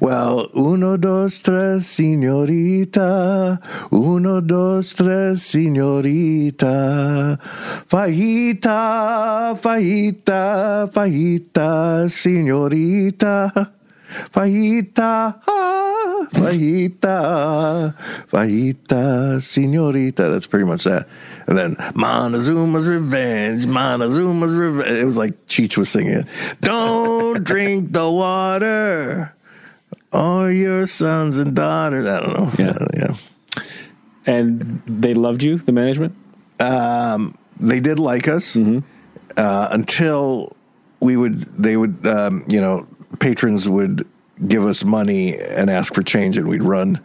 well Uno Dos Tres Senorita, Uno Dos Tres Senorita, Fajita, Fajita, Fajita, Senorita. Fajita, ah, fajita, fajita, senorita. That's pretty much that. And then Montezuma's revenge, Montezuma's revenge. It was like Cheech was singing it. Don't (laughs) drink the water. All your sons and daughters. I don't know. Yeah. (laughs) yeah. And they loved you, the management? they did like us uh, until we would they would um, you know patrons would give us money and ask for change and we'd run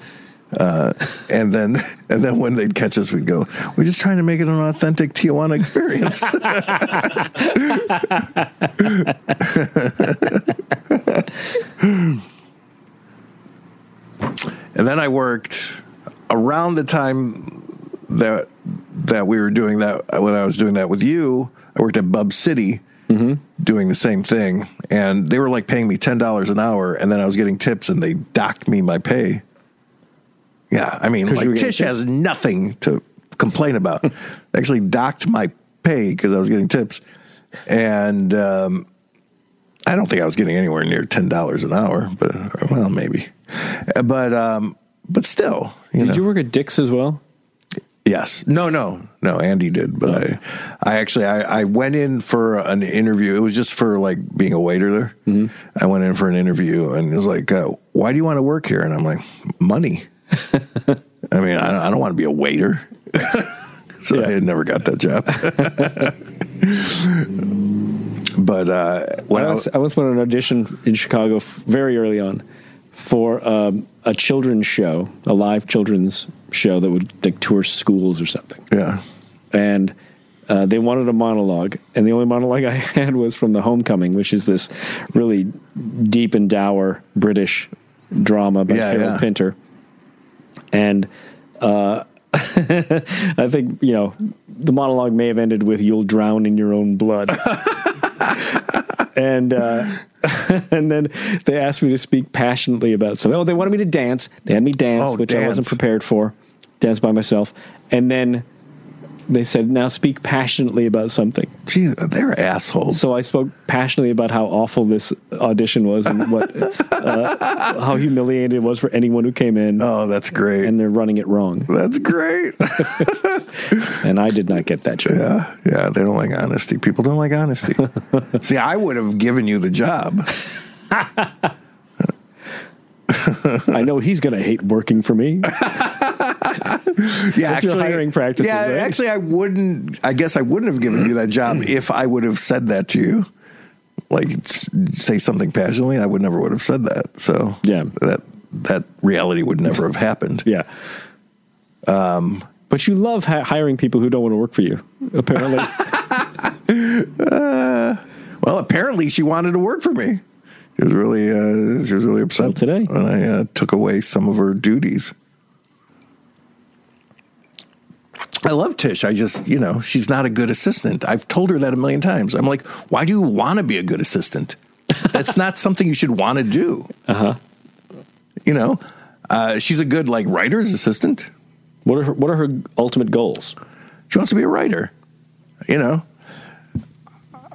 uh, and then (laughs) and then when they'd catch us we'd go we're just trying to make it an authentic Tijuana experience and then I worked around the time that that we were doing that when I was doing that with you. I worked at Bub City Mm-hmm. doing the same thing, and they were like paying me ten dollars an hour, and then I was getting tips, and they docked me my pay. Yeah, I mean, 'Cause you were like getting Tish tips. has nothing to complain (laughs) about. They Actually, docked my pay because I was getting tips, and um, I don't think I was getting anywhere near ten dollars an hour, but well, maybe. But um, but still, you Did know. you work at Dick's as well? Yes. No, no, no. Andy did, but Oh. I, I actually, I, I went in for an interview. It was just for like being a waiter there. Mm-hmm. I went in for an interview, and it was like, uh, "Why do you want to work here?" And I'm like, (laughs) "Money." I mean, I don't, I don't want to be a waiter. (laughs) so Yeah. I never got that (laughs) job. but uh, when I I, once, I once went on an audition in Chicago f- very early on for um, a children's show, a live children's show that would like tour schools or something. yeah, and uh, they wanted a monologue, and the only monologue (laughs) I had was from The Homecoming, which is this really deep and dour British drama by Yeah, Harold yeah. Pinter. And uh, (laughs) I think you know the monologue may have ended with "You'll drown in your own (laughs) blood," and uh, (laughs) and then they asked me to speak passionately about something. Oh, they wanted me to dance. They had me dance, Oh, which I wasn't dance. prepared for. dance by myself. And then they said, now speak passionately about something. Geez, they're assholes. So I spoke passionately about how awful this audition was and (laughs) what uh, how humiliating it was for anyone who came in Oh, that's great. and they're running it wrong. that's great. (laughs) And I did not get that job. yeah, yeah. They don't like honesty. People don't like honesty. (laughs) See, I would have given you the job. I know he's going to hate working for me. Yeah, That's your hiring practices, Yeah, right? actually, I wouldn't. I guess I wouldn't have given you that (clears throat) job if I would have said that to you. Like s- say something passionately, I would never would have said that. So Yeah. that that reality would never have happened. Yeah. Um, but you love hi hiring people who don't want to work for you, apparently. Well, apparently she wanted to work for me. She was really uh, she was really upset Well, today. when I uh, took away some of her duties. I love Tish. I just, you know, she's not a good assistant. I've told her that a million times. I'm like, why do you want to be a good assistant? That's (laughs) not something you should want to do. Uh huh. Uh-huh. You know, uh, she's a good like writer's assistant. what, are her, what are her ultimate goals? She wants to be a writer. You know,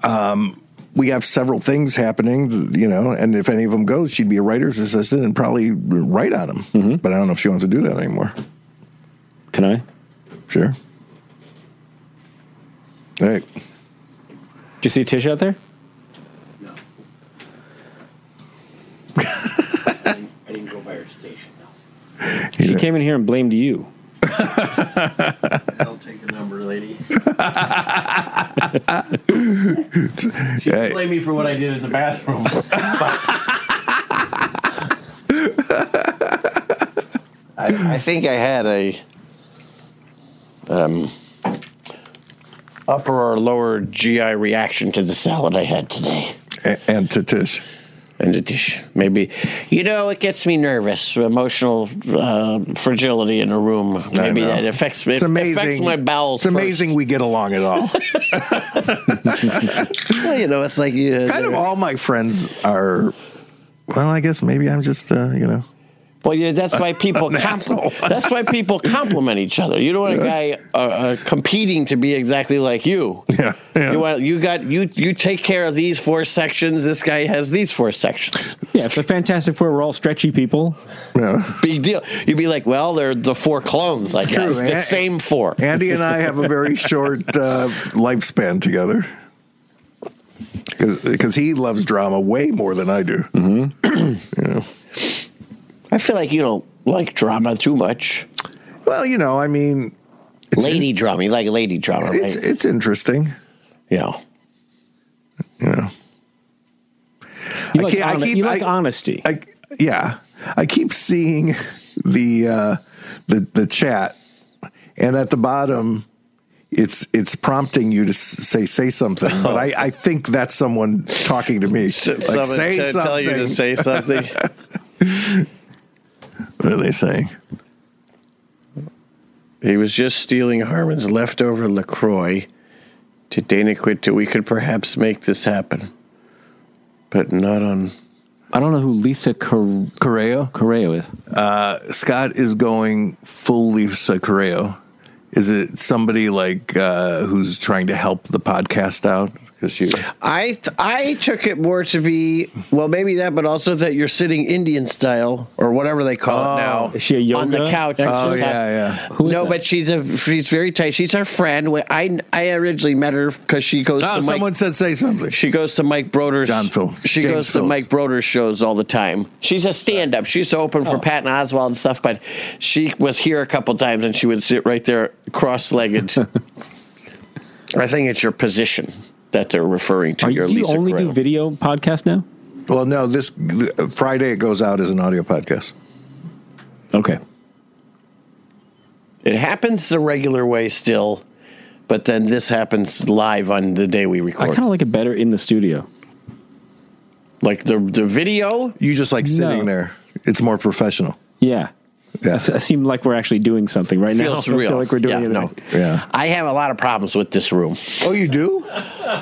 um, we have several things happening. You know, and if any of them goes, she'd be a writer's assistant and probably write on them. Mm-hmm. But I don't know if she wants to do that anymore. Can I? Sure. All right. Do you see Tish out there? (laughs) No. I, didn't, I didn't go by her station. No. She Yeah. (laughs) came in here and blamed you. I'll take a number, lady. she can blame me for what I did in the (laughs) bathroom. I, I think I had a um, upper or lower GI reaction to the salad I had today. A- and to Tish. And the dish, maybe, you know, it gets me nervous. Emotional uh, fragility in a room. Maybe know. that affects me. It's amazing. Affects my bowels. It's amazing we get along at (laughs) all. first. Well, you know, it's like you. uh, kind of all my friends are. Well, I guess maybe I'm just uh, you know. Well, yeah, that's why people (laughs) An asshole. compl- (laughs) that's why people compliment each other. You don't want a guy uh, uh, competing to be exactly like you. Yeah, yeah. You want you got you you take care of these four sections. This guy has these four sections. Yeah, it's a Fantastic Four. We're all stretchy people. Yeah. Big deal. You'd be like, well, they're the four clones. Like true, eh? guys, the man. same four. Andy and I have a very short uh, lifespan together because he loves drama way more than I do. (clears throat) you Mm-hmm. know. I feel like you don't like drama too much. Well, you know, I mean, lady drama. You like lady drama, right? it's it's interesting. yeah. You know, You I like, can't- I hone- keep- you like I- honesty. I yeah, I keep seeing the uh, the the chat, and at the bottom. It's it's prompting you to s- say say something, but I, I think that's someone talking to me. (laughs) Like, say something. tell you to (laughs) say something. what are they saying? He was just stealing Harmon's leftover LaCroix to Dana quit till we could perhaps make this happen. But not on I don't know who Lisa Car- Correo? Correo is. Scott is going full Lisa Correo. Is it somebody like uh, who's trying to help the podcast out? Because you, I th- I took it more to be well, maybe that, but also that you're sitting Indian style or whatever they call Oh. it now Is she a yoga? On the couch. oh Exercise. yeah, yeah. Who is no, that? but she's a she's very tight. She's our friend. We- I I originally met her because she goes Oh, to Mike, someone said say something. she goes to Mike Broder's John Phil- She James goes to Phillips. Mike Broder's shows all the time. She's a stand up. She used to open Oh. for Patton Oswald and stuff, but she was here a couple times and she would sit right there cross legged. (laughs) I think it's your position that they're referring to. Are your you, do you Lisa only do Correo. video podcast now? Well, no, this th- Friday it goes out as an audio podcast. Okay. It happens the regular way still, but then this happens live on the day we I record. kind of like it better in the studio. like the the video. You just like sitting No. there. It's more professional. Yeah. Yeah. I seem like we're actually doing something right now. Feels I real. feel like we're doing Yeah, it. no. Yeah. I have a lot of problems with this room. Oh, you do?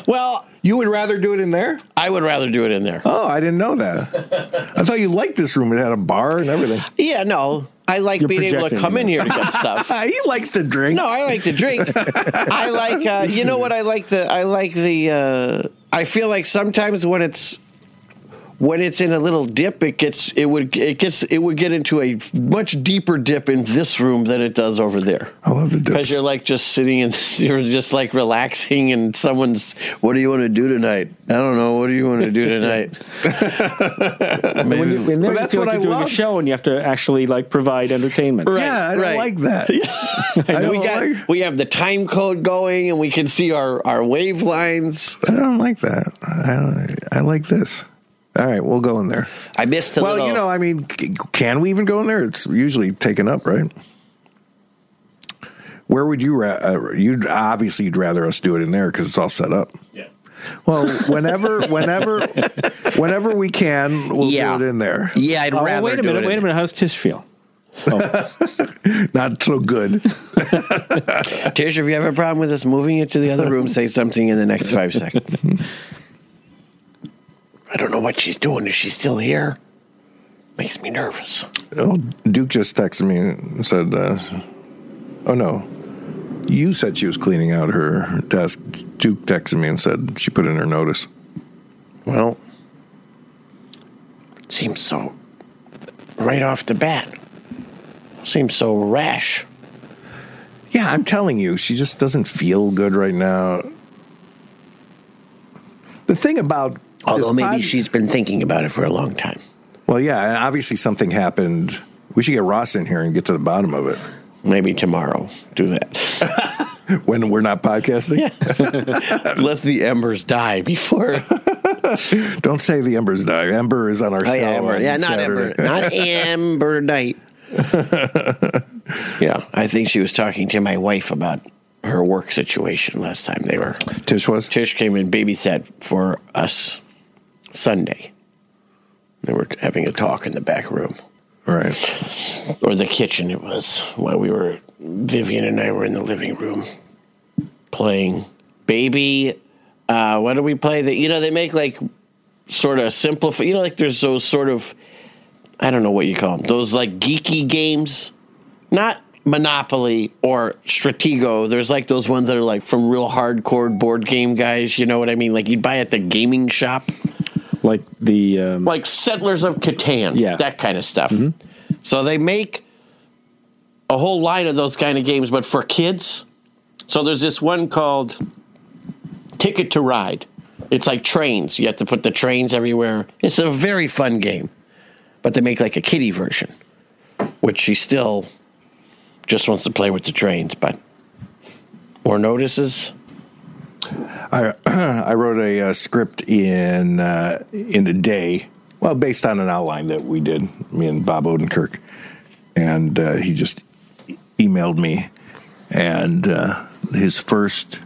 Well, You would rather do it in there? I would rather do it in there. (laughs) Oh, I didn't know that. I thought you liked this room. It had a bar and everything. Yeah, no. I like You're being able to projecting, come in here to get (laughs) stuff. Ah, he likes to drink. No, I like to drink. I like uh, you know what I like the I like the uh, I feel like sometimes when it's when it's in a little dip it gets it would it gets it would get into a much deeper dip in this room than it does over there. I love the Because dips. you're like just sitting and (laughs) you're just like relaxing, and someone's, "What do you want to do tonight?" I don't know. What do you want to (laughs) do tonight? When you, when Well, that's what you're I doing love. a show and you have to actually like provide entertainment. Right, yeah, I don't right. like (laughs) that. I, we don't got like, we have the time code going, and we can see our our wave lines. I don't like that. I, I like this. All right, we'll go in there. I missed the well, little- you know, I mean, c- can we even go in there? It's usually taken up, right? Where would you ra- uh, you'd obviously you'd rather us do it in there because it's all set up. Yeah. Well, whenever, whenever, whenever we can, we'll Yeah. do it in there. Yeah, I'd Oh, rather. wait a minute. Wait a minute. How does Tish feel? Not so good. minute, Tish. If you have a problem with us moving it to the other room, say something in the next five seconds. (laughs) I don't know what she's doing. Is she still here? Makes me nervous. Oh, Duke just texted me and said, uh, "Oh no, you said she was cleaning out her desk." Duke texted me and said she put in her notice. Well, it seems so right off the bat. Seems so rash. Yeah, I'm telling you, she just doesn't feel good right now. The thing about this Although maybe pod- she's been thinking about it for a long time. well, yeah, and obviously something happened. We should get Ross in here and get to the bottom of it Maybe tomorrow, do that. when we're not podcasting. (laughs) Let the embers die before. Don't say the embers die. Ember is on our Oh show. yeah, Ember. on Yeah, not Saturday. Ember. Not Amber Knight. yeah, I think she was talking to my wife about her work situation last time they were. (laughs) Tish was. Tish came and babysat for us Sunday. They were having a talk in the back room All right. or the kitchen. It was while we were Vivian and I were in the living room playing baby. Uh, what do we play? That you know they make like sort of simplify. You know, like there's those sort of I don't know what you call them. Those like geeky games, not Monopoly or Stratego. There's like those ones that are like from real hardcore board game guys. You know what I mean? Like you'd buy at the gaming shop Like the um, like Settlers of Catan, Yeah. that kind of stuff. So they make a whole line of those kind of games, but for kids. So there's this one called Ticket to Ride. It's like trains. You have to put the trains everywhere. It's a very fun game, but they make like a kiddie version, which she still just wants to play with the trains, but more notices. I (clears throat) I wrote a uh, script in uh, in a day. Well, based on an outline that we did, me and Bob Odenkirk, and uh, he just e- emailed me, and uh, his first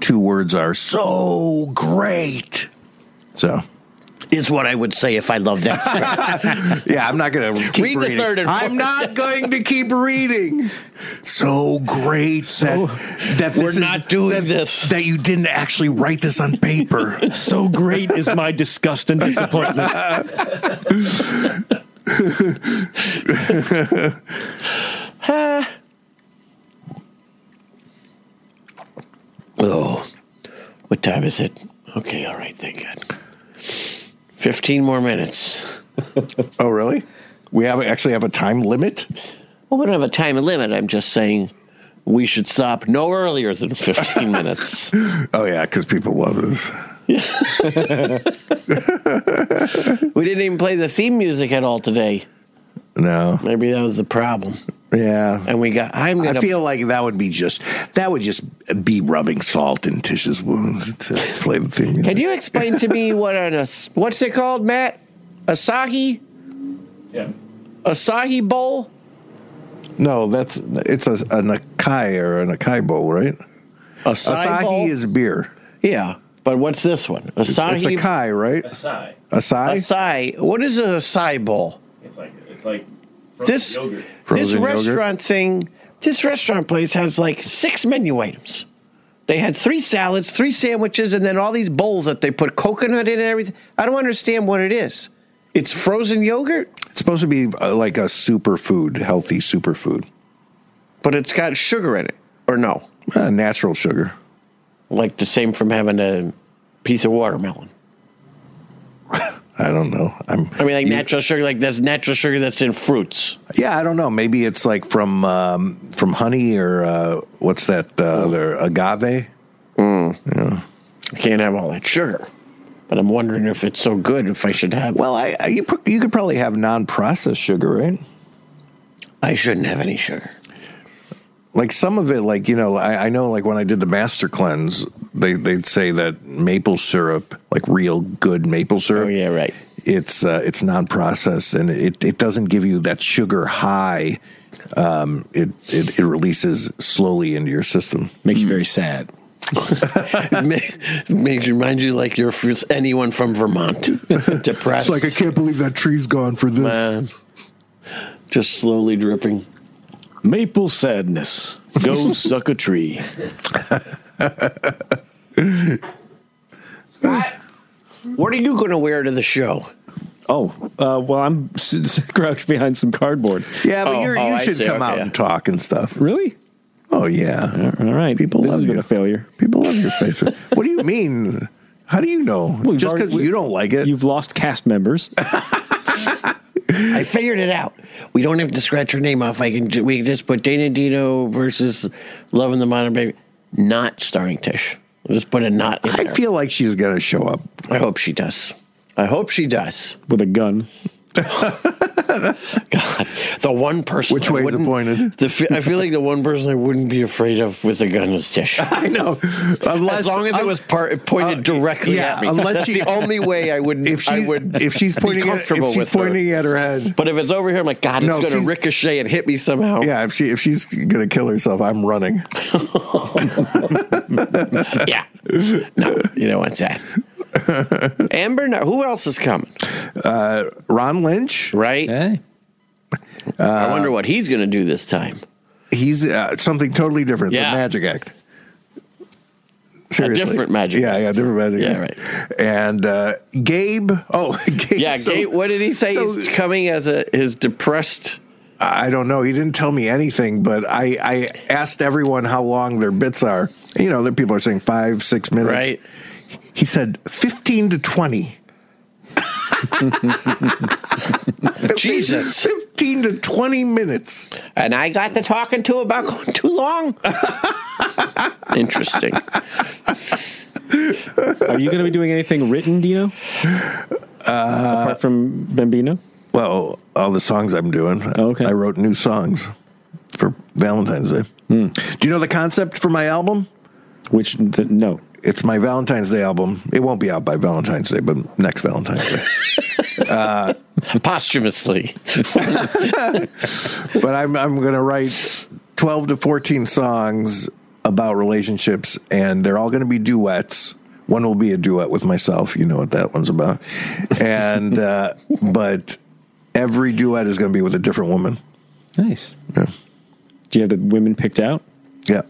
two words are "so great." So, Is what I would say if I loved that. (laughs) script. yeah, I'm not going to keep Read the reading. third and I'm fourth. not going to keep reading. So great that, that We're this is- not doing that- this. That you didn't actually write this on (laughs) paper. so Oh, great is my disgust and disappointment. Oh, what time is it? Okay, all right, thank God. 15 more minutes. Oh, really? We have actually have a time limit. Well, we don't have a time limit. I'm just saying we should stop no earlier than (laughs) 15 minutes. Oh yeah, because people love this. We didn't even play the theme music at all today. No, Maybe that was the problem. yeah. And we got, I'm going I to. feel like that would be just that would just be rubbing salt in Tish's wounds to play the theme music. Can you explain to me what an, as- what's it called, Matt? Asahi? Yeah. Asahi bowl? No, that's it's a, a Nakai or a Nakai bowl, right? Asahi bowl? is beer. Yeah, but what's this one? Asahi. It's a Kai, right? Asai. Asahi. Asai. What is an Asahi bowl? It's like it's like frozen This- yogurt. Frozen this yogurt? restaurant thing, this restaurant place has like six menu items. They had three salads, three sandwiches, and then all these bowls that they put coconut in and everything. I don't understand what it is. It's frozen yogurt, It's supposed to be uh, like a superfood, healthy superfood, but it's got sugar in it, or no? uh, natural sugar. Like the same from having a piece of watermelon. I don't know. I'm. I mean, like you- natural sugar, like that's natural sugar that's in fruits. Yeah, I don't know. Maybe it's like from um, from honey or uh, what's that uh, other agave? I can't have all that sugar, but I'm wondering if it's so good if I should have. Well, I, I you pro- you could probably have non-processed sugar, right? I shouldn't have any sugar. Like some of it, like you know, I, I know, like when I did the master cleanse, they they'd say that maple syrup, like real good maple syrup, Oh yeah, right. it's uh, it's non-processed and it, it doesn't give you that sugar high. Um, it, it it releases slowly into your system. (laughs) Makes you very sad. Make, make remind you like you're from- anyone (laughs) from Vermont. Depressed. can't believe that tree's gone for this. man. Just slowly dripping. Maple sadness. Go Oh, suck a tree. What are you going to wear to the show? Oh, uh, well, I'm s- s- crouched behind some cardboard. Yeah, but Oh, you're, oh, you I should see. come Okay, out yeah. and talk and stuff. Really? Oh yeah, All right. People this love has been you. a failure. people love your faces. what do you mean? How do you know? you've Just already- because you don't like it? You've lost cast (laughs) members. I figured it out. We don't have to scratch her name off. I can. ju- We can just put Dana Dino versus Love in the Modern Baby, not starring Tish. We'll just put a not. In I there. feel like she's gonna show up. I hope she does. I hope she does. with a gun. God, the one person. Which I way is wouldn't- appointed? The, fe- I feel like the one person I wouldn't be afraid of with a gun is (laughs) Tish. I know. Unless, As long as it um, was part, pointed uh, directly yeah, at me. unless That's she- the only way I would. if she's I (laughs) would if she's be pointing at, comfortable if she's with her. pointing at her head. But if it's over here, I'm like, God, it's No, going she's- to ricochet and hit me somehow. Yeah, if she if she's gonna kill herself, I'm running. (laughs) yeah. No, you don't want (laughs) that. Amber, no. Who else is coming? Ron Lynch, Right? Hey. I wonder what he's going to do this time. he's uh, something totally different. It's Yeah. a magic act. Seriously. different magic Yeah, act. yeah, different magic. Yeah, act. And uh, Gabe, oh, (laughs) Gabe, Yeah. so- Gabe, what did he say? so- he's coming as a his depressed. I don't know. He didn't tell me anything, but I, I asked everyone how long their bits are. You know, the people are saying five, six minutes. Right. He said 15 to (laughs) (laughs) 20. Jesus. 15 to 20 minutes. And I got the talking to about going (laughs) too long. Interesting. Are you going to be doing anything written, Dino? Uh, Apart from Bambino? Well, all the songs I'm doing. Okay. I wrote new songs for Valentine's Day. Do you know the concept for my album? Which, th- no. It's my Valentine's Day album. It won't be out by Valentine's Day, but next Valentine's Day. Posthumously. but I'm I'm gonna write twelve to fourteen songs about relationships, and they're all gonna be duets. One will be a duet with myself. You know what that one's about. And uh, but every duet is gonna be with a different woman. Nice. Yeah. Do you have the women picked out? Yeah.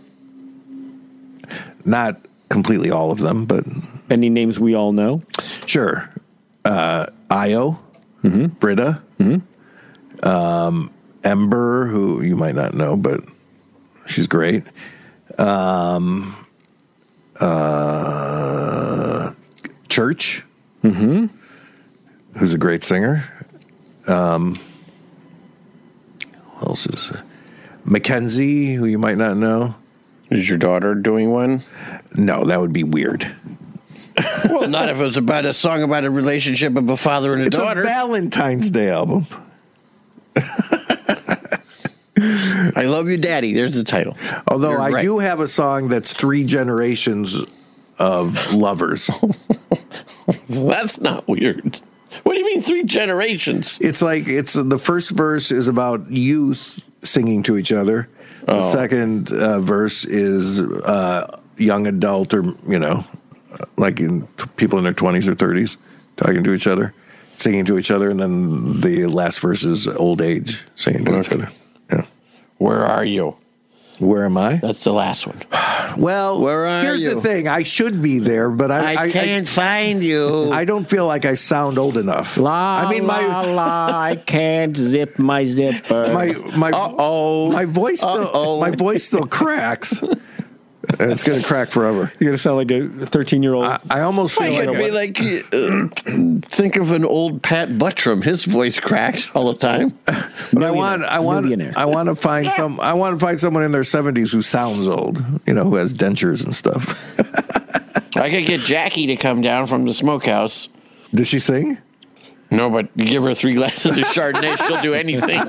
Not completely all of them, but Any names we all know? sure. Uh, Io, Britta, um, Ember, who you might not know, but she's great. Um, uh, Church, Mm-hmm. who's a great singer. Um, who else is Mackenzie, who you might not know. Is your daughter doing one? No, that would be weird. Well, not if it was about a song about a relationship of a father and a It's daughter. a Valentine's Day album. I love you, Daddy. There's the title. Although You're I right. do have a song that's three generations of (laughs) lovers. That's not weird. What do you mean three generations? it's like it's the first verse is about youth singing to each other. The second uh, verse is uh, young adult or you know, like in t- people in their twenties or thirties talking to each other, singing to each other, and then the last verse is old age singing to each other. Yeah. Where are you? Where am I? That's the last one. Well, Where are here's you? the thing. I should be there, but I, I, can't find you. I don't feel like I sound old enough. La, I mean, my la, la, I can't zip my zipper. my my oh, my voice still, Uh-oh. my voice still cracks. And it's going to crack forever. You're gonna sound like a 13 year old. I, I almost feel I like, could be I- like, uh, think of an old Pat Buttram. His voice cracks all the time. but I want I millionaire. want I want to find some I want to find someone in their 70s who sounds old, you know, who has dentures and stuff. I could get Jackie to come down from the smokehouse. Does she sing? No, but give her three glasses of Chardonnay, she'll do anything.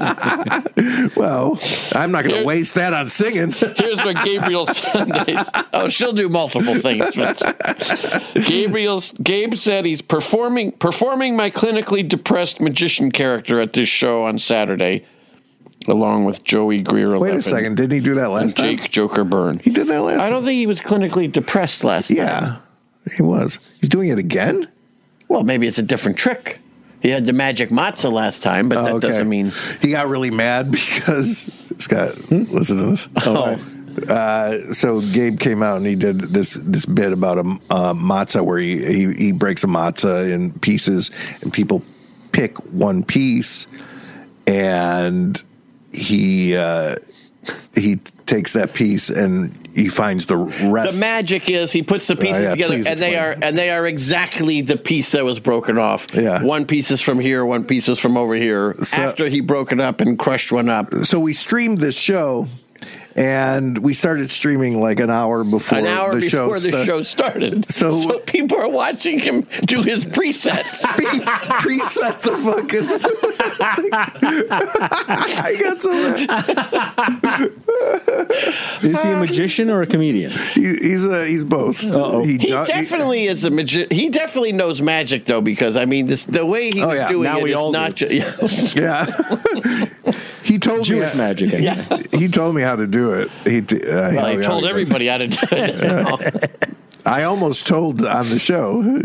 Well, I'm not going to waste that on singing. Here's what Gabriel (laughs) Sundays. Oh, she'll do multiple things. Gabriel Gabe said he's performing performing my clinically depressed magician character at this show on Saturday, along with Joey Greer. Wait 11, a second, didn't he do that and last time? Jake Joker Byrne. He did that last I time. don't think he was clinically depressed last time. Yeah, he was. He's doing it again. Well, maybe it's a different trick. He had the magic matzah last time, but that Oh, okay. doesn't mean he got really mad (laughs) because Scott. Listen to this. Oh. Uh, so Gabe came out and he did this this bit about a uh, matzah where he, he he breaks a matzah in pieces and people pick one piece and he uh, he takes that piece and he finds the the rest. magic is he puts the pieces yeah, together and please explain. they are and they are exactly the piece that was broken off. Yeah. One piece is from here, one piece is from over here. So- After he broke it up and crushed one up. so we streamed this show and we started streaming like an hour before An hour the show before the sta- (laughs) show started. So- people are watching him do his (laughs) preset. He preset the fucking (laughs) I got so mad. Is he a magician or a comedian? He, he's uh, he's both. Uh-oh. He ju- definitely is a magi- he definitely knows magic though because I mean this the way he Oh, was yeah. doing Now it we is all not ju- (laughs) yeah. he told Jewish me magic. I yeah. guess. He told me how to do it. He t- uh, how- Well, how he told goes. everybody how to do (laughs) it. I almost told on the show.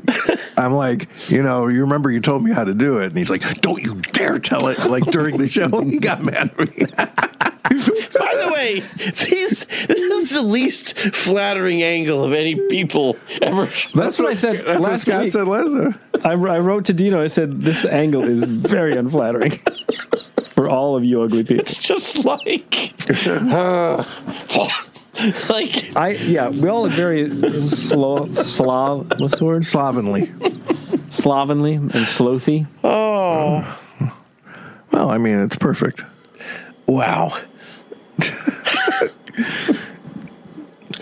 I'm like, you know, you remember you told me how to do it, and he's like, "Don't you dare tell it!" Like during the show, he got mad at me. By the way, these, this is the least flattering angle of any people ever. That's what I said That's what last Scott week. said last time. I, wr- I wrote to Dino. I said this angle is very unflattering (laughs) for all of you ugly people. (laughs) It's (laughs) just like, (laughs) like I yeah, we all are very slow, slav. What's the word? Slovenly. Slovenly and slothy. oh Well, I mean, it's perfect. wow. (laughs)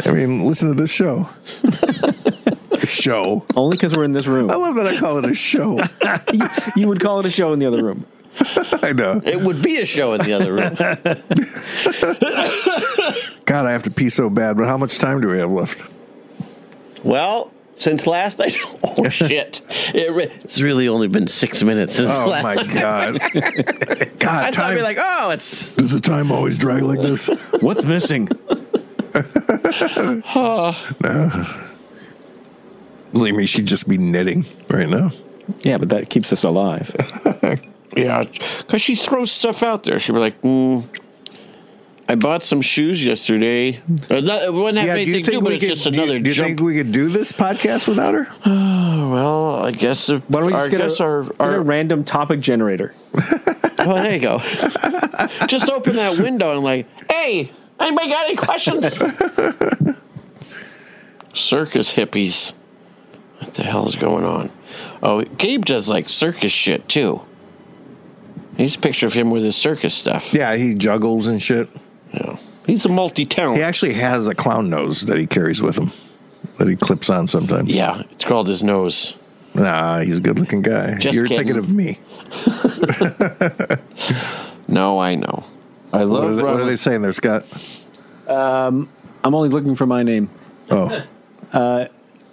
I mean, listen to this show. show. Only because we're in this room. I love that I call it a show. You, you would call it a show in the other room. I know. It would be a show in the other room. (laughs) God, I have to pee so bad. But how much time do we have left? Well, since last I (laughs) oh shit, it re- it's really only been six minutes since Oh last. my (laughs) god. God, (laughs) I thought I'd time. be like, oh, it's does the time always drag like this? What's missing? Believe me, she'd just be knitting right now. Yeah, but that keeps us alive. yeah, because she throws stuff out there. She'd be like, mm, I bought some shoes yesterday. Uh, not- It wouldn't have anything to do, but it's just do you- another do you jump think we could do this podcast without her? Well, I guess if, Why don't we I just get guess a, our, get a our random topic generator? well, there you (laughs) go. just open that window and like, hey, anybody got any questions? circus hippies. What the hell is going on? Oh, Gabe does like circus shit too. He's a picture of him with his circus stuff. Yeah, he juggles and shit. Yeah. He's a multi talent. He actually has a clown nose that he carries with him that he clips on sometimes. yeah, it's called his nose. Nah, he's a good looking guy. Just You're kidding. thinking of me. No, I know. I love What are, they, what are Robin- they saying there, Scott? I'm only looking for my name. Oh.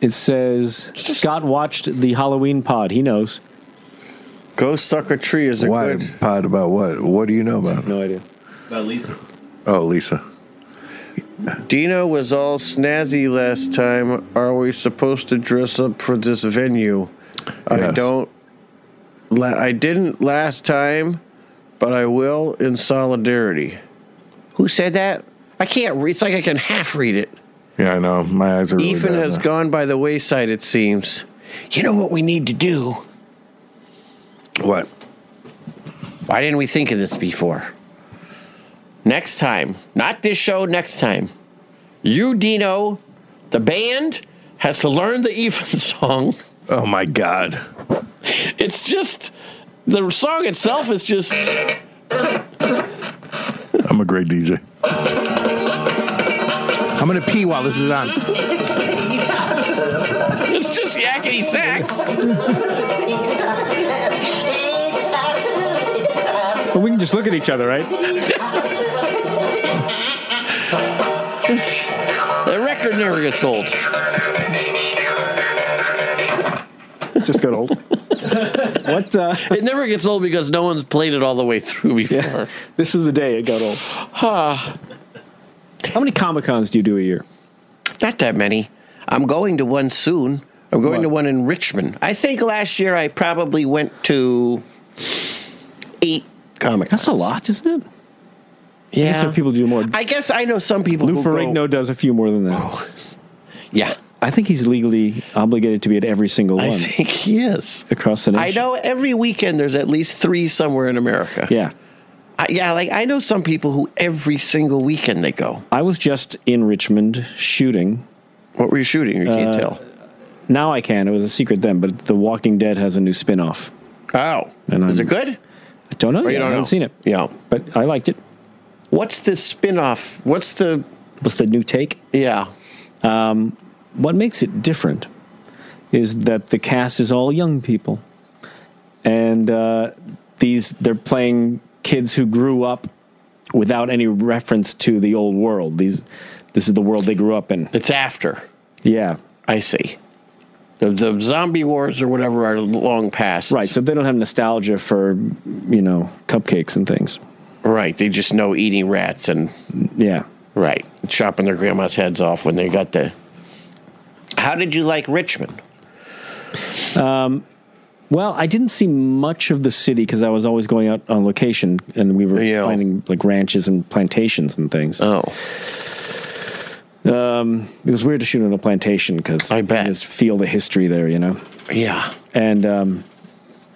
It says Scott watched the Halloween pod. He knows. Go suck a tree is a Why good pod about what? What do you know about? No idea. About Lisa. Oh, Lisa. Dino was all snazzy last time. Are we supposed to dress up for this venue? I Yes. don't. La- I didn't last time, but I will in solidarity. Who said that? I can't read. It's like I can half read it. Yeah, I know. My eyes are. Really Ethan bad has now. gone by the wayside, it seems. You know what we need to do? What? Why didn't we think of this before? Next time, not this show, next time. You, Dino, the band, has to learn the Ethan (laughs) song. Oh my God! It's just, the song itself is just, I'm a great DJ. I'm gonna pee while this is on. Oh, it's just yakety sax. But we can just look at each other, right? The record never gets old. Just (laughs) got old. what? Uh, It never gets old because no one's played it all the way through before. yeah, (laughs) this is the day it (sighs) got old. Ah, How many Comic Cons do you do a year? not that many. I'm going to one soon. I'm going What? to one in Richmond. I think last year I probably went to eight comic. That's a lot, isn't it? I guess Yeah. some people do more. I guess I know some people. Lou who go- Ferrigno does a few more than that. Yeah, I think he's legally obligated to be at every single I one think (laughs) he is. across the I nation. know every weekend there's at least three somewhere in America. Yeah. I, yeah. Like I know some people who every single weekend they go. I was just in Richmond shooting. What were you shooting? You can't Uh, Now I can. It was a secret then, but The Walking Dead has a new spin off. tell. and Oh, is it I'm- good? I don't know. Or Oh, yet. you don't I haven't know? seen it, Yeah. but I liked it. What's this spin-off? What's the What's the new take? yeah? What makes it different is that the cast is all young people, and uh, these they're playing kids who grew up without any reference to the old world. These this is the world they grew up in. It's after. Yeah, I see. The, the zombie wars or whatever are long past. right. So they don't have nostalgia for you know cupcakes and things. Right. They just know eating rats and Yeah. right chopping their grandma's heads off when they got the. How did you like Richmond? Well, I didn't see much of the city because I was always going out on location, and we were Yeah. finding like ranches and plantations and things. Oh, it was weird to shoot on a plantation because I bet. just feel the history there, you know. yeah. And um,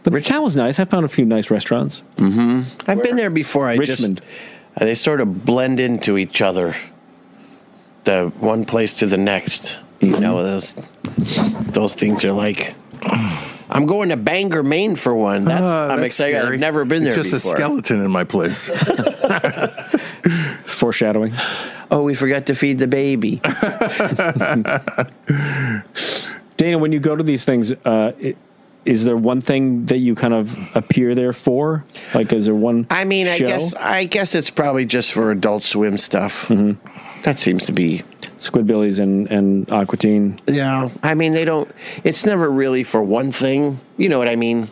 but the town was nice. I found a few nice restaurants. I've been there before. I just- Richmond. uh, they sort of blend into each other. The one place to the next. You know those those things are like. I'm going to Bangor, Maine for one. That's, Ah, I'm that's excited. scary. I've never been It's there Just before. a skeleton in my place. It's foreshadowing. Oh, we forgot to feed the baby. Dana, when you go to these things, uh, i- is there one thing that you kind of appear there for? Like, is there one? I mean, I show? guess I guess it's probably just for Adult Swim stuff. That seems to be. Squidbillies and and Aquatine. Yeah, I mean, they don't. It's never really for one thing. You know what I mean?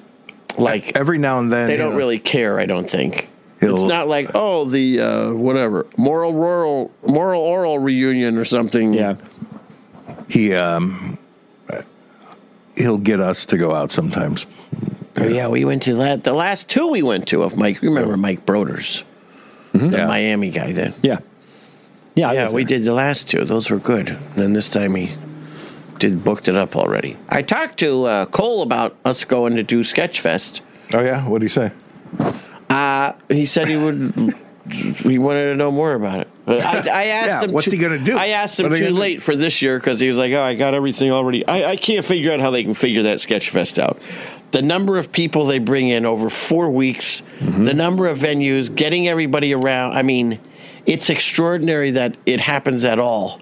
Like Every now and then they don't he'll- really care. I don't think. It's he'll- not like oh the uh, whatever moral rural moral oral reunion or something. Yeah, he um he'll get us to go out sometimes. Oh, yeah. We went to that the last two we went to of Mike. You remember Mike Broder's, the Yeah. Miami guy then. yeah, yeah. I Yeah, was we there. did the last two. Those were good. And then this time he did booked it up already. I talked to uh, Cole about us going to do Sketchfest. Oh yeah, what do you say? Uh, he said he would. he wanted to know more about it. But I, I (laughs) asked Yeah, him. what's too- he gonna do? I asked him What are they too gonna do? late for this year because he was like, "Oh, I got everything already. I, I can't figure out how they can figure that Sketchfest out." The number of people they bring in over four weeks, Mm-hmm. the number of venues, getting everybody around. I mean, it's extraordinary that it happens at all.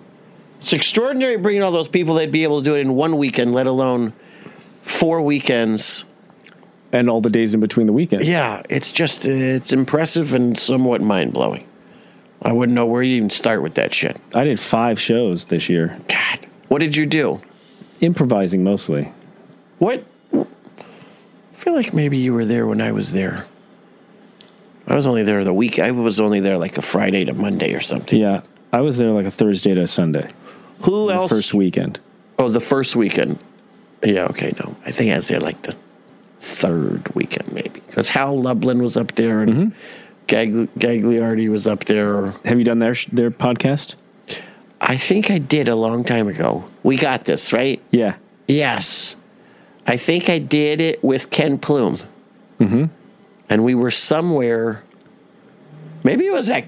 It's extraordinary bringing all those people. They'd be able to do it in one weekend, let alone four weekends. and all the days in between the weekends. Yeah, it's just it's impressive and somewhat mind blowing. I wouldn't know where you even start with that shit. I did five shows this year, God, what did you do? improvising mostly. What? I feel like maybe you were there when I was there. I was only there the week. I was only there like a Friday to Monday or something. Yeah, I was there like a Thursday to a Sunday, Who the else? first weekend. Oh, the first weekend. Yeah. Okay. No, I Mm-hmm. think I was there like the third weekend maybe because Hal Lublin was up there and Gagli- Gagliardi was up there. Have you done their sh- their podcast? I think I did a long time ago. We got this, right? Yeah. Yes. I think I did it with Ken Plume. Mm-hmm. And we were somewhere. Maybe it was at,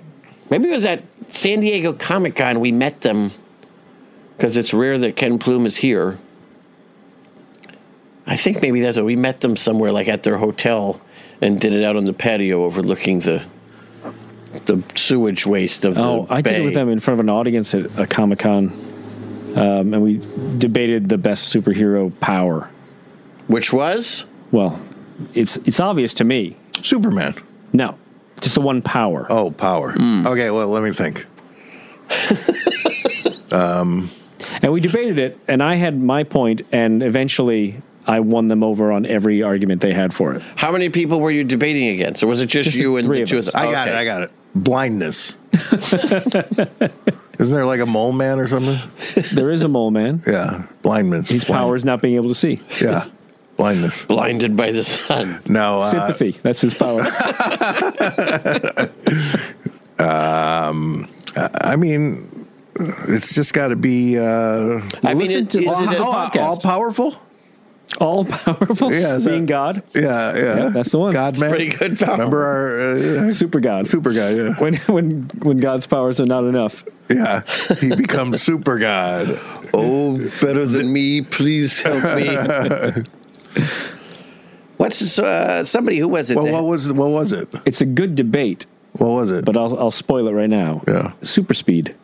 maybe it was at San Diego Comic Con. We met them because it's rare that Ken Plume is here. I think maybe that's what we met them somewhere, like at their hotel, and did it out on the patio overlooking the the sewage waste of the Oh, I did it bay. with them in front of an audience at a Comic Con, um, and we debated the best superhero power. Which was Well, it's it's obvious to me. Superman. No, just the one power. Oh, power. Hmm. Okay, well, let me think. And we debated it, and I had my point, and eventually I won them over on every argument they had for it. How many people were you debating against, or was it just, Just the you and three the of two? us. Of I got it. I got it. (laughs) Blindness. Isn't there like a mole man or something? There is a mole man. Yeah, blindness. His Blind- power is not being able to see. Yeah, blindness. Blinded by the sun. No, uh, Sympathy. That's his power. I mean, it's just got to be uh, I mean, listen it, to- it- Is all, it a podcast? all powerful. All powerful. Yeah, is that- being God. Yeah, yeah, Yep, that's the one. God man, pretty good power. Remember our uh, Super God. super guy? Yeah, When (laughs) when when God's powers are not enough. yeah. He becomes super god. oh, better than me. Please help me. (laughs) What's this, uh, somebody who was it? Well, that- what was what was it? It's a good debate, What was it? but uh, I'll I'll spoil it right now. Yeah. Super speed.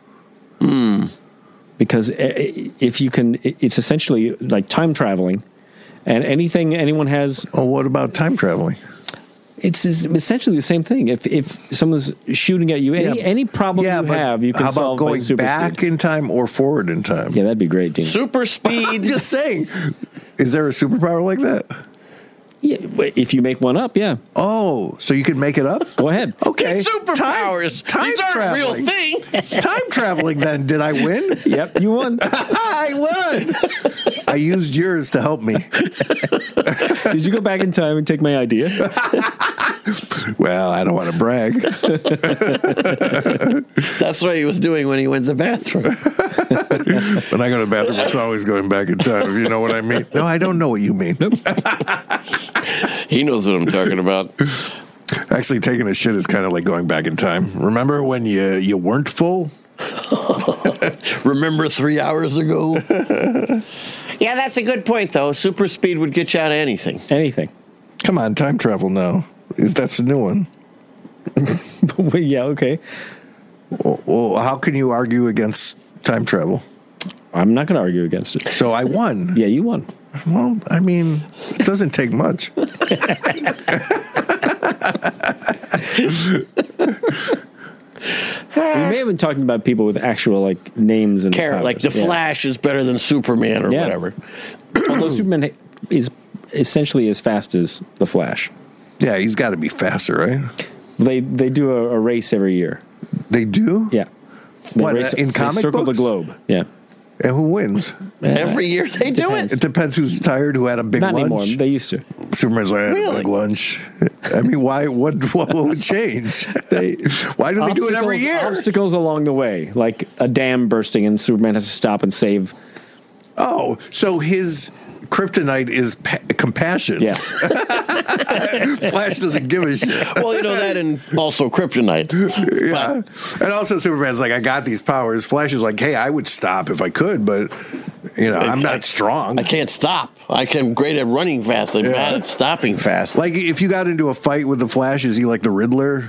Because i- i- if you can, i- it's essentially like time traveling, and anything anyone has oh, what about time traveling? It's es- essentially the same thing. If if someone's shooting at you, any, Yeah. any problem you but have, you can how about solve by going super back speed. in time or forward in time? Yeah, that'd be great, Dean. Super I'm (laughs) speed. just saying. Is there a superpower like that? yeah, but if you make one up, yeah, Oh, so you could make it up? go ahead. Okay. Superpowers. Time, time These aren't traveling. real things. Time traveling then. Did I win? Yep, you won. I won. I used yours to help me. Did you go back in time and take my idea? Well, I don't want to brag. That's what he was doing when he went (laughs) to the bathroom. When I go to the bathroom, it's always going back in time, if you know what I mean. No, I don't know what you mean. He knows what I'm talking about. Actually, taking a shit is kind of like going back in time. Remember when you, you weren't full? Remember three (laughs) hours ago? yeah, that's a good point, though. Super speed would get you out of anything. Anything. (laughs) Come on, time travel now. Is That's a new one. Well, yeah, okay. Well, how can you argue against time travel? I'm not going to argue against it. So I won. Yeah, you won. Well, I mean, it doesn't take much. We Eh. may have been talking about people with actual like names and Carrot, like the powers. Yeah. Flash is better than Superman or Yeah. whatever. Although Superman is essentially as fast as the Flash. Yeah, he's got to be faster, right? They they do a, a race every year. They do? Yeah. They What, uh, in they comic circle books? the globe. Yeah. And who wins? Every year they do it. It depends who's tired, who had a big Not lunch. anymore. They used to. Superman's like, I had a Really? big lunch. I mean, why? What? What would change? why do (laughs) they do it every Obstacles- year? Obstacles along the way, like a dam bursting, and Superman has to stop and save. oh, so his kryptonite is pa- compassion. Yes, (laughs) Flash doesn't give a shit. Well, you know that, and (laughs) also kryptonite. Yeah. And also, Superman's like, I got these powers. Flash is like, hey, I would stop if I could, but, you know, I'm not strong. I can't stop. I can great at running fast. I'm Yeah. bad at stopping fast. Like, if you got into a fight with the Flash, is he like the Riddler?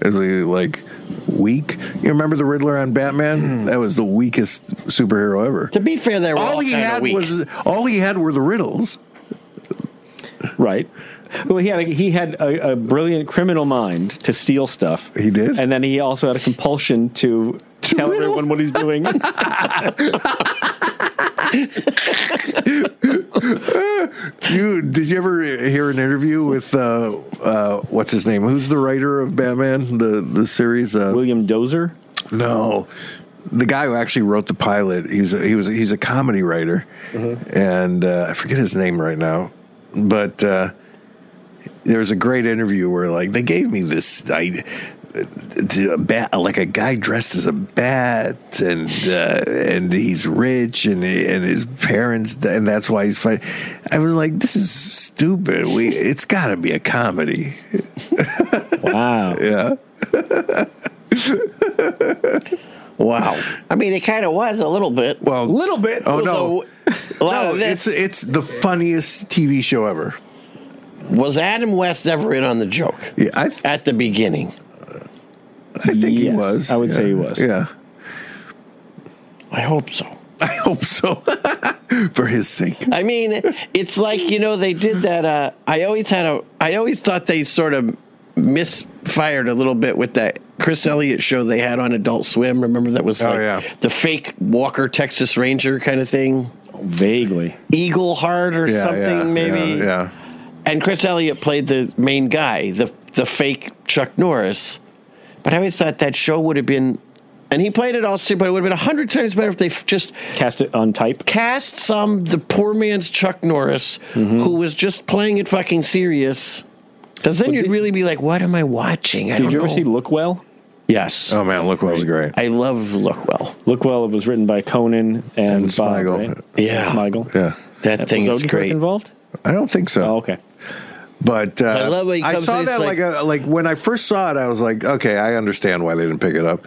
Is he like weak? You remember the Riddler on Batman? That was the weakest superhero ever. to be fair, they were Hmm. all, All he kinda had weak. was all he had were the riddles. right. Well, he had a, he had a, a brilliant criminal mind to steal stuff. He did? and then he also had a compulsion to, To tell riddle? everyone what he's (laughs) doing. You did you ever hear an interview with uh, uh, what's his name? Who's the writer of Batman the the series? Uh, William Dozer. No, the guy who actually wrote the pilot. He's a, he was he's a comedy Mm-hmm. writer, and uh, I forget his name right now, but uh, there's a great interview where like they gave me this I a bat, like a guy dressed as a bat, and uh, and he's rich, and and his parents, and that's why he's fighting. I was like, this is stupid. We, it's got to be a comedy. Wow. Yeah, Wow. I mean, it kind of was a little bit. well, little bit. Oh no, A lot no, of it's this. it's the funniest TV show ever. Was Adam West ever in on the joke Yeah, I, th- at the beginning? I think he Yes, was. I would Yeah. say he was. Yeah, (laughs) I hope so. I hope so, (laughs) for his sake. I mean, it's like you know they did that. Uh, I always had a. I always thought they sort of misfired a little bit with that Chris Elliott show they had on Adult Swim. Remember that was Oh, like yeah. the fake Walker Texas Ranger kind of thing, Vaguely. Eagle Heart or Yeah, something yeah, maybe. Yeah, yeah. And Chris Elliott played the main guy, the the fake Chuck Norris. But I always thought that show would have been, and he played it all super. But it would have been a hundred times better if they f- just Cast it on type. cast some the poor man's Chuck Norris Mm-hmm. who was just playing it fucking serious. Because then you'd really be like, what am I watching? I Did don't you ever know. see Look Well? Yes, Oh man, look what was great. I love Lookwell. Look Well it was written by Conan and, And Bob, Smigel. right? Yeah. Smigel. Yeah, That thing was is Odenkirk great. involved? I don't think so. Oh, okay. But uh, I love when he I comes saw in, it's that like, a, like when I first saw it, I was like, okay, I understand why they didn't pick it up.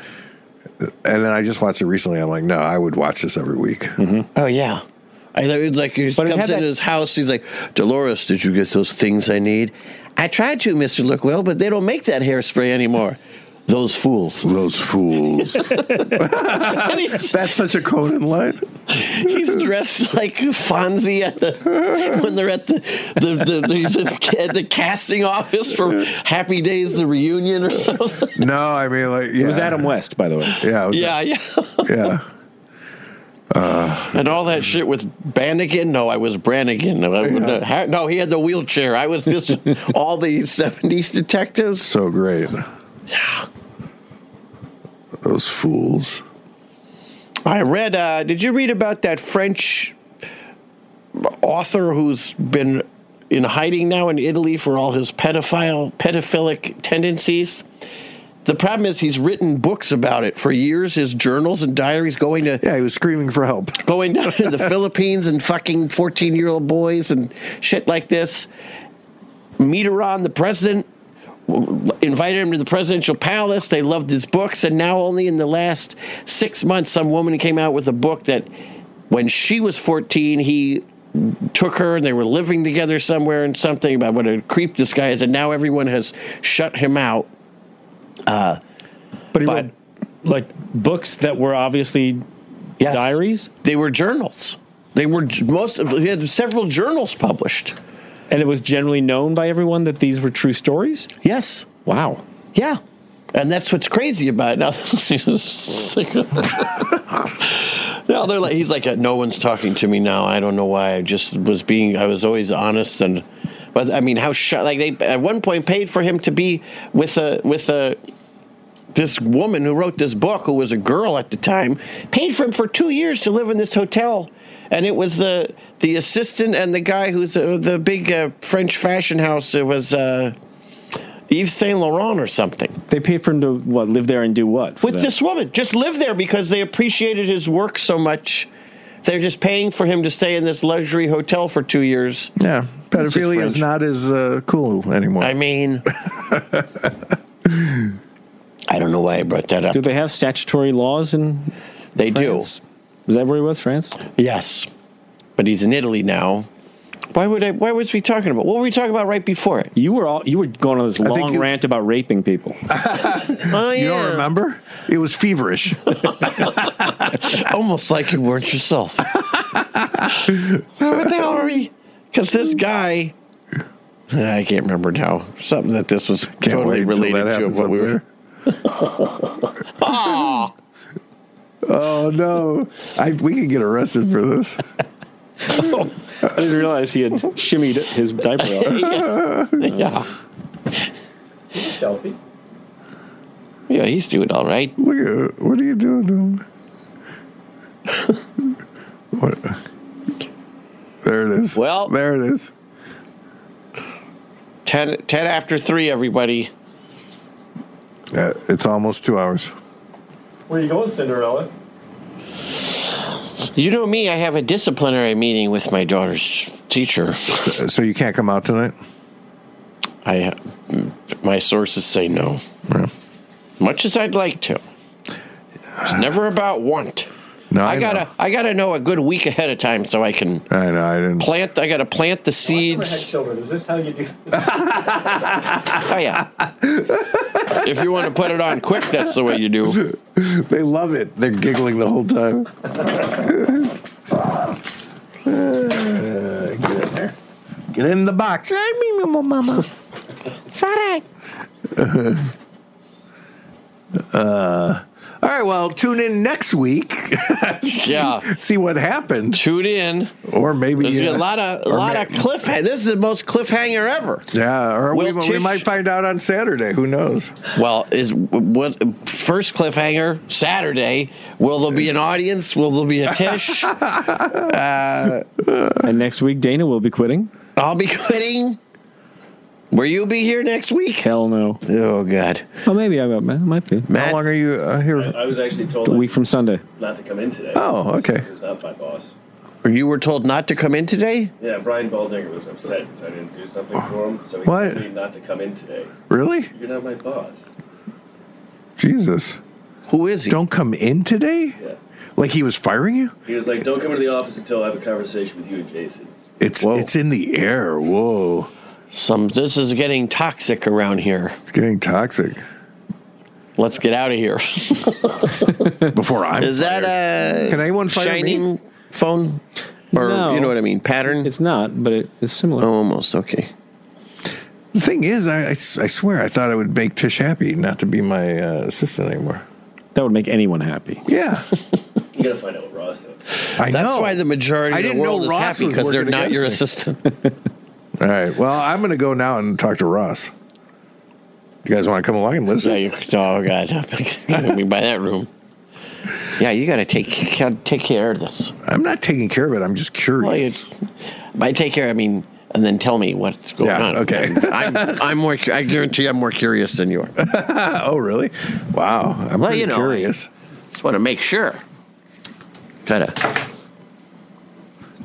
And then I just watched it recently. I'm like, no, I would watch this every week. Oh yeah. I thought it was like he But it comes had into that- his house. He's like, Dolores, did you get those things I need? I tried to, Mister Lookwell, but they don't make that hairspray anymore. Those fools. Those (laughs) fools. And (laughs) he's, That's such a Conan line. he's dressed like Fonzie at the, when they're at the the, the, the, he's at the casting office for Happy Days, the reunion or something. No, I mean like yeah. It was Adam West, by the way. Yeah, it was- Yeah, yeah. yeah. And all that shit with Bannigan. No, I was Brannigan. No, I- no, ha- no, he had the wheelchair. I was just all the '70s detectives. So great. Those fools. I read. Uh, did you read about that French author who's been in hiding now in Italy for all his pedophile, pedophilic tendencies? The problem is he's written books about it for years. His journals and diaries going to Yeah, he was screaming for help. going down (laughs) to the Philippines and fucking 14 year old boys and shit like this. Mitterrand, the president, w- invited him to the presidential palace. They loved his books. And now, only in the last six months, some woman came out with a book that when she was 14, he took her and they were living together somewhere and something about what a creep this guy is. And now everyone has shut him out. Uh, But he But- wrote like books that were obviously Yes. diaries, They were journals. They were j- most of he had several journals published. and it was generally known by everyone that these were true stories. Yes. Wow. Yeah. And that's what's crazy about it. Now, (laughs) It's like- now they're like, he's like, no one's talking to me now. I don't know why. I just was being, I was always honest and, but I mean, how shut? Like they at one point paid for him to be with a with a this woman who wrote this book, who was a girl at the time, paid for him for two years to live in this hotel, and it was the the assistant and the guy who's uh, the big uh, French fashion house. It was. Uh, Yves Saint Laurent or something They paid for him to what live there and do what? for with that? this woman. Just live there because they appreciated his work so much. They're just paying for him to stay in this luxury hotel for two years. Yeah. Pedophilia French. is not as uh, cool anymore. I mean, (laughs) I don't know why I brought that up. Do they have statutory laws in They France? Is that where he was? France? do, yes, but he's in Italy now. Why would I? Why was we talking about? What were we talking about right before it? You were all you were going on this think long you- rant about raping (laughs) people. Oh yeah, you don't remember? It was feverish. almost like you weren't yourself. what the hell are we? Because this guy, I can't remember now. Something that this was Can't totally wait until related that to happens what we up were. there. (laughs) oh no! I, we could get arrested for this. I didn't realize he had shimmied his diaper off. Yeah, Selfie. yeah, he's doing all right. Look at what are you doing? to him? what? There it is. Well- there it is. 10, 10 after 3, everybody. Uh, it's almost two hours. Where you going, Cinderella? You know me, I have a disciplinary meeting with my daughter's teacher. So, so you can't come out tonight? I my sources say no. Yeah. Much as I'd like to. It's never about want. No, I, I gotta know. I gotta know a good week ahead of time so I can I know. I didn't. plant I gotta plant the seeds. children. Is this how you do? Oh yeah. if you want to put it on quick, that's the way you do. They love it. They're giggling the whole time. (laughs) Uh, get in there. Get in the box. I mean, mama, mama. Sorry. All right. Well, tune in next week. (laughs) Yeah. See what happened, Tune in. or maybe There's uh, a lot of a or lot ma- of cliffhang. This is the most cliffhanger ever. Yeah, or we, Will we Tish- might find out on Saturday. Who knows? Well, is what first cliffhanger Saturday? Will there be an audience? Will there be a (laughs) Tish? (laughs) And next week, Dana will be quitting. I'll be quitting. Will you be here next week? Hell no. Oh God, Oh, maybe I will. man. Might be. How Matt. long are you uh, here? I was actually told A week from Sunday. not to come in today. Oh, okay. It's not my boss. you were told not to come in today. Yeah, Brian Baldinger was upset because I didn't do something for him, so he What? told me not to come in today. Really? You're not my boss. Jesus! Who is he? Don't come in today. Yeah. Like he was firing you? He was like, "Don't come into the office until I have a conversation with you and Jason." It's Whoa. it's in the air. Whoa! Some. This is getting toxic around here. It's getting toxic. Let's get out of here. (laughs) Before I'm Is that fired. a Can anyone fire me? shining phone? Or No. you know what I mean? Pattern. It's not, but it is similar. oh, almost okay. the thing? Is I, I s- I swear I thought it would make Tish happy not to be my uh, assistant anymore. That would make anyone happy. Yeah, You gotta find out what Ross said. I That's know. why the majority I of the didn't know world is Ross happy was because they're working not your against assistant. (laughs) All right. Well, I'm going to go now and talk to Ross. You guys want to come along and Yeah, listen? you, oh god, (laughs) I mean by that room. Yeah, you got to take gotta take care of this. I'm not taking care of it. I'm just Well, you, curious. by take care, I mean, and then tell me what's going Yeah, on. okay. (laughs) I'm, I'm, I'm more. I guarantee I'm more curious than you are. I oh, really? Wow. I'm Well, pretty you know, curious. just want to make sure. Gotta.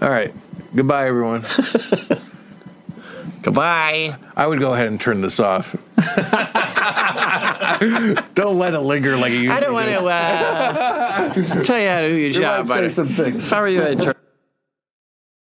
All right. Goodbye, everyone. Goodbye. I would go ahead and turn this off. (laughs) don't let it linger like it usually (laughs) I don't want to uh, tell you how to do your does. job, Might say but some things. sorry you had.